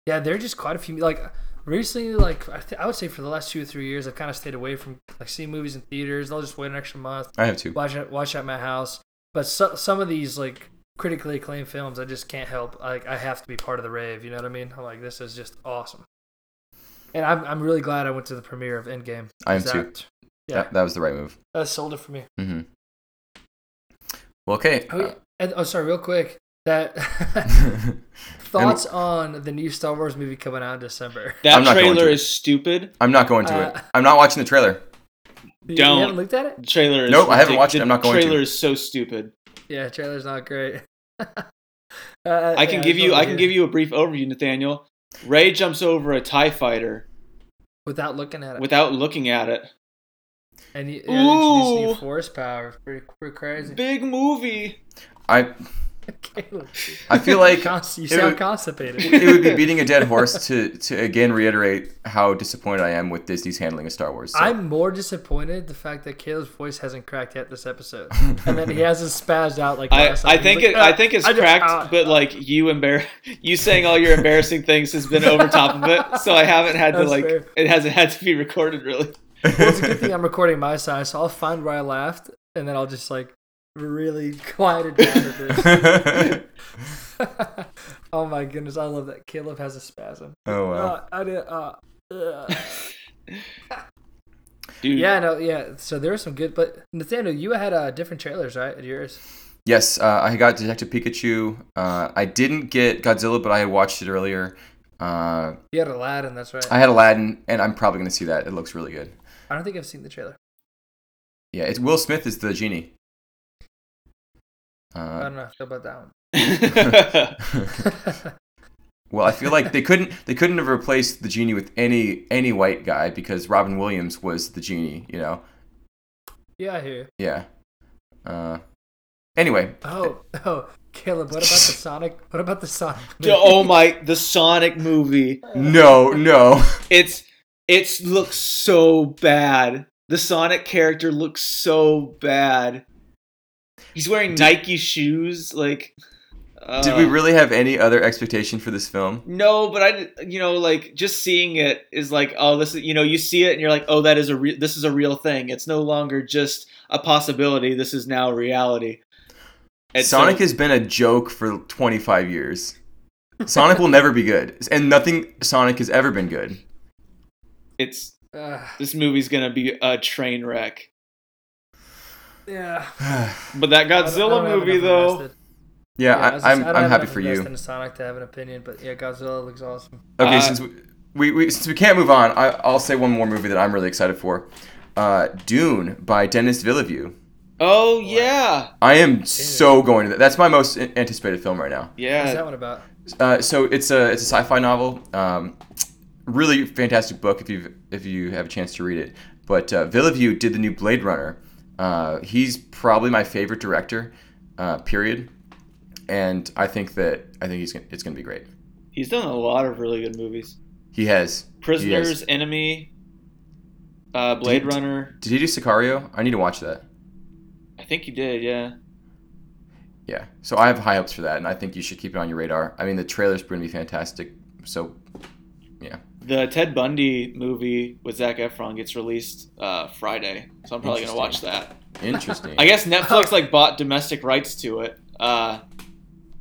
yeah. There are just quite a few. Like recently, like I, th- I would say for the last two or three years, I've kind of stayed away from like seeing movies in theaters. I'll just wait an extra month, I have two. watch it, watch at my house. But so, some of these like critically acclaimed films, I just can't help. Like I have to be part of the rave. You know what I mean? I'm like, this is just awesome. And I'm I'm really glad I went to the premiere of Endgame. I am Is too. that- Yeah, That, that was the right move. that sold it for me. hmm Well, okay. Oh, yeah. and, oh sorry, real quick. That thoughts on the new Star Wars movie coming out in December? I'm That not going trailer to. is stupid. I'm not going to it. Uh, I'm not watching the trailer. You- Don't. You haven't looked at it? The trailer is Nope, I haven't watched it. the I'm not going to. Trailer is so stupid. Yeah, trailer's not great. Uh, I can give you I can give you a brief overview, Nathaniel. Ray jumps over a TIE fighter without looking at it. without looking at it. and you, and introduce new Ooh. force power. Pretty, pretty crazy. Big movie. I Caleb. I feel like Const- you it sound would- constipated. it would be beating a dead horse to to again reiterate how disappointed I am with Disney's handling of Star Wars. So, I'm more disappointed the fact that Caleb's voice hasn't cracked yet this episode, and that he hasn't spazzed out like I, last time. I He was think like, it, "Ah, I think it's just- cracked, ah." but like you embar- you saying all your embarrassing things has been over top of it, so I haven't had to That's like fair. it hasn't had to be recorded really. Well, it's a good thing I'm recording my side, so I'll find where I laughed, and then I'll just like really quiet it down a bit. oh my goodness, I love that Caleb has a spasm. oh wow. Uh, I did, uh, uh. Dude, yeah, no, yeah. So there was some good, but Nathaniel, you had uh, different trailers, right? At yours. Yes, uh, I got Detective Pikachu. Uh, I didn't get Godzilla, but I had watched it earlier. Uh, You had Aladdin, that's right. I had Aladdin, and I'm probably going to see that. It looks really good. I don't think I've seen the trailer. Yeah, it's Will Smith is the genie. I Uh, don't know how I feel about that one. well, I feel like they couldn't they couldn't have replaced the genie with any any white guy because Robin Williams was the genie. You know, yeah, I hear you. yeah. Uh, anyway, Oh, oh, Caleb, what about the Sonic? What about the Sonic? oh my, the Sonic movie. no, no. It's It looks so bad. The Sonic character looks so bad. He's wearing Nike shoes. Like, uh, Did we really have any other expectation for this film? No, but I, did- you know, like just seeing it is like, oh, this is, you know, you see it and you're like, oh, that is a, re- this is a real thing. It's no longer just a possibility. This is now reality. And so- Sonic has been a joke for 25 years. Sonic will never be good, and nothing Sonic has ever been good. it's Uh, this movie's gonna be a train wreck. yeah. But that I don't- I Godzilla don't have movie enough though, invested. Yeah, Yeah, I was just- I, I'm, I don't I'm have happy enough for invested you. in Sonic to have an opinion, but yeah, Godzilla looks awesome. Okay, Uh, since we, we, we since we can't move on, I, I'll say one more movie that I'm really excited for. Uh, Dune by Dennis Villeneuve. oh yeah, I am so going to that. That's my most an- anticipated film right now. What's that yeah. one about? Uh, so it's a it's a sci-fi novel. Um, really fantastic book if you if you have a chance to read it. But uh, Villeneuve did the new Blade Runner. Uh, he's probably my favorite director, uh, period. And I think that I think he's gonna, it's going to be great. He's done a lot of really good movies. He has he has- Prisoners, Enemy, uh, Blade Did- Runner. Did he do Sicario? I need to watch that. I think he did. Yeah. Yeah. So I have high hopes for that, and I think you should keep it on your radar. I mean, the trailer's going to be fantastic. So The Ted Bundy movie with Zach Efron gets released uh, Friday, so I'm probably gonna watch Interesting. that. interesting. I guess Netflix like bought domestic rights to it, uh,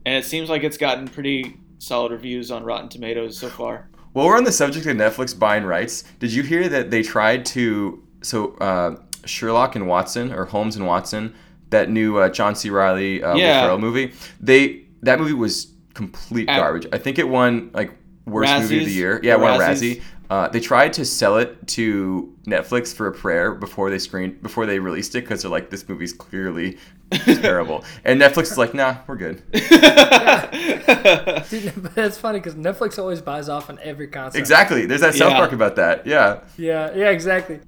and it seems like it's gotten pretty solid reviews on Rotten Tomatoes so far. Well, we're on the subject of Netflix buying rights. Did you hear that they tried to so uh, Sherlock and Watson or Holmes and Watson, that new uh, John C. Riley uh, Will Yeah. Ferrell movie? They that movie was complete Ab- garbage. I think it won like worst movie of the Razzies? year. Yeah, it The won a Razzies? Razzie. Uh, they tried to sell it to Netflix for a prayer before they screened before they released it because they're like this movie's clearly terrible, and Netflix is like, nah, we're good. Dude, but it's funny because Netflix always buys off on every concept. Exactly. There's that South Yeah. Park about that. Yeah. Yeah, yeah, exactly.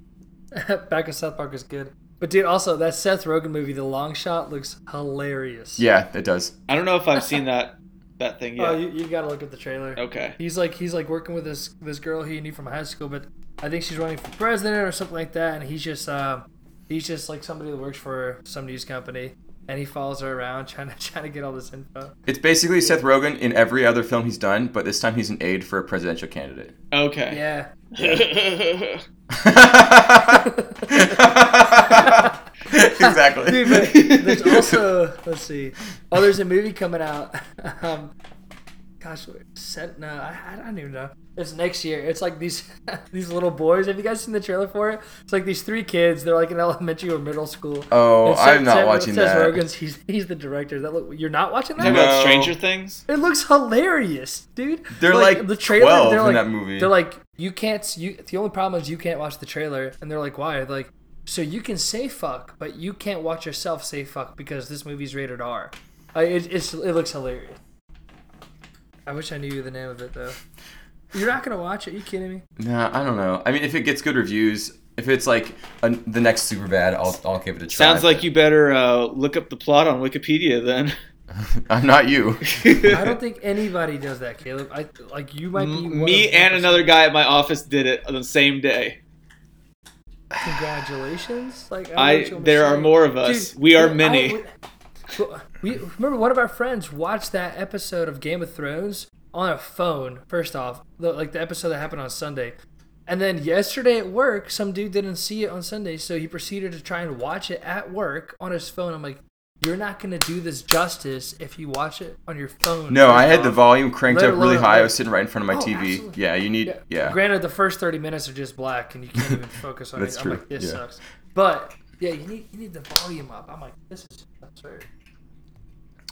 Back in South Park is good. But dude, also that Seth Rogen movie, The Long Shot, looks hilarious. Yeah, it does. I don't know if I've seen that that thing yet. Oh, you, you gotta look at the trailer. okay. He's like he's like working with this this girl he knew from high school, but I think she's running for president or something like that. And he's just uh, he's just like somebody that works for some news company, and he follows her around trying to trying to get all this info. It's basically Seth Rogen in every other film he's done, but this time he's an aide for a presidential candidate. Okay. Yeah, exactly. Dude, but there's also let's see. Oh, there's a movie coming out. Um, gosh, set, no, I, I don't even know. It's next year. It's like these these little boys. Have you guys seen the trailer for it? It's like these three kids. They're like in elementary or middle school. Oh, And Seth- I'm not Seth- watching Seth that. Rogen's he's he's the director. That look, you're not watching Talk that. No. about Stranger Things. It looks hilarious, dude. They're like 12 in that movie. They're like, you can't. s- You the only problem is you can't watch the trailer, and they're like, why? They're like, so you can say fuck, but you can't watch yourself say fuck because this movie's rated R. I, it, it's, it looks hilarious. I wish I knew the name of it though. You're not gonna watch it? you kidding me? Nah, I don't know. I mean, if it gets good reviews, if it's like a, the next super bad, I'll, I'll give it a try. Sounds like you better uh, look up the plot on Wikipedia then. I'm Uh, not you. I don't think anybody does that, Caleb. I like you might be one Me of and 1%. another guy at my office did it on the same day. Congratulations! Like I- don't know what you want me to there are say. more of us. We are I- many. we- we, remember one of our friends watched that episode of Game of Thrones on a phone. First off, the, like the episode that happened on Sunday, and then yesterday at work, some dude didn't see it on Sunday, so he proceeded to try and watch it at work on his phone. I'm like, you're not gonna do this justice if you watch it on your phone. No, I first had the off. volume cranked Let up really alone- high. I was sitting right in front of my Oh, TV. absolutely. Yeah, you need. Yeah. Granted, the first thirty minutes are just black, and you can't even focus on That's it. true, I'm like, this yeah. sucks. But yeah, you need you need the volume up. I'm like, this is absurd.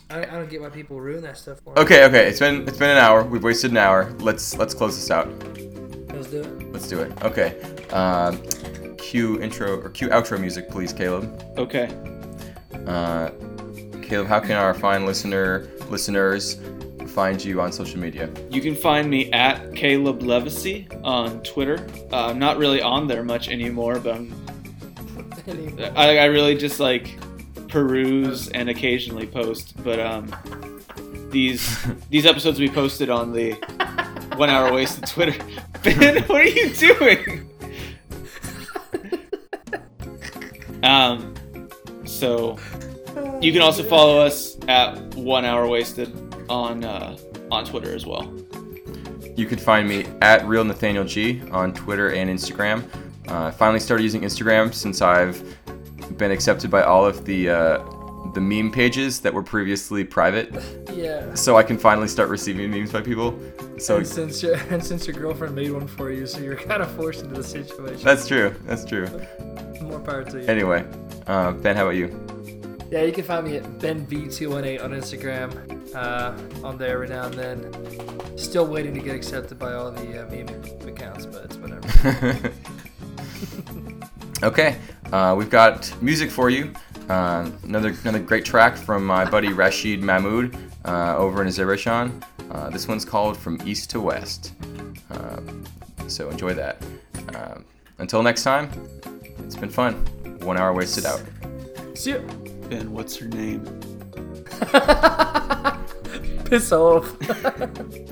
I, I don't get why people ruin that stuff for me. Okay, okay. It's been it's been an hour. We've wasted an hour. Let's let's close this out. Let's do it. Let's do it. Okay. Um, cue intro or cue outro music, please, Caleb. Okay. Uh, Caleb, how can our fine listener listeners find you on social media? You can find me at Caleb Levacy on Twitter. Uh, I'm not really on there much anymore, but I'm Anyway, I, I really just like peruse and occasionally post, but um, these these episodes we posted on the one hour wasted Twitter. Ben, what are you doing? um, so you can also follow us at one hour wasted on uh, on Twitter as well. You can find me at real Nathaniel G on Twitter and Instagram. Uh, I finally started using Instagram since I've been accepted by all of the uh, the meme pages that were previously private, Yeah. so I can finally start receiving memes by people. So And since your and since your girlfriend made one for you, so you're kind of forced into the situation. that's true. That's true. More power to you. Anyway, uh, Ben, how about you? Yeah, you can find me at benv218 on Instagram. Uh, on there every now and then. Still waiting to get accepted by all the uh, meme accounts, but it's whatever. okay, uh, we've got music for you. Uh, another another great track from my buddy Rashid Mahmoud uh, over in Azerbaijan. Uh, this one's called From East to West. Uh, so enjoy that. Um, until next time, it's been fun. One hour wasted out. See you. Ben, what's her name? Piss off.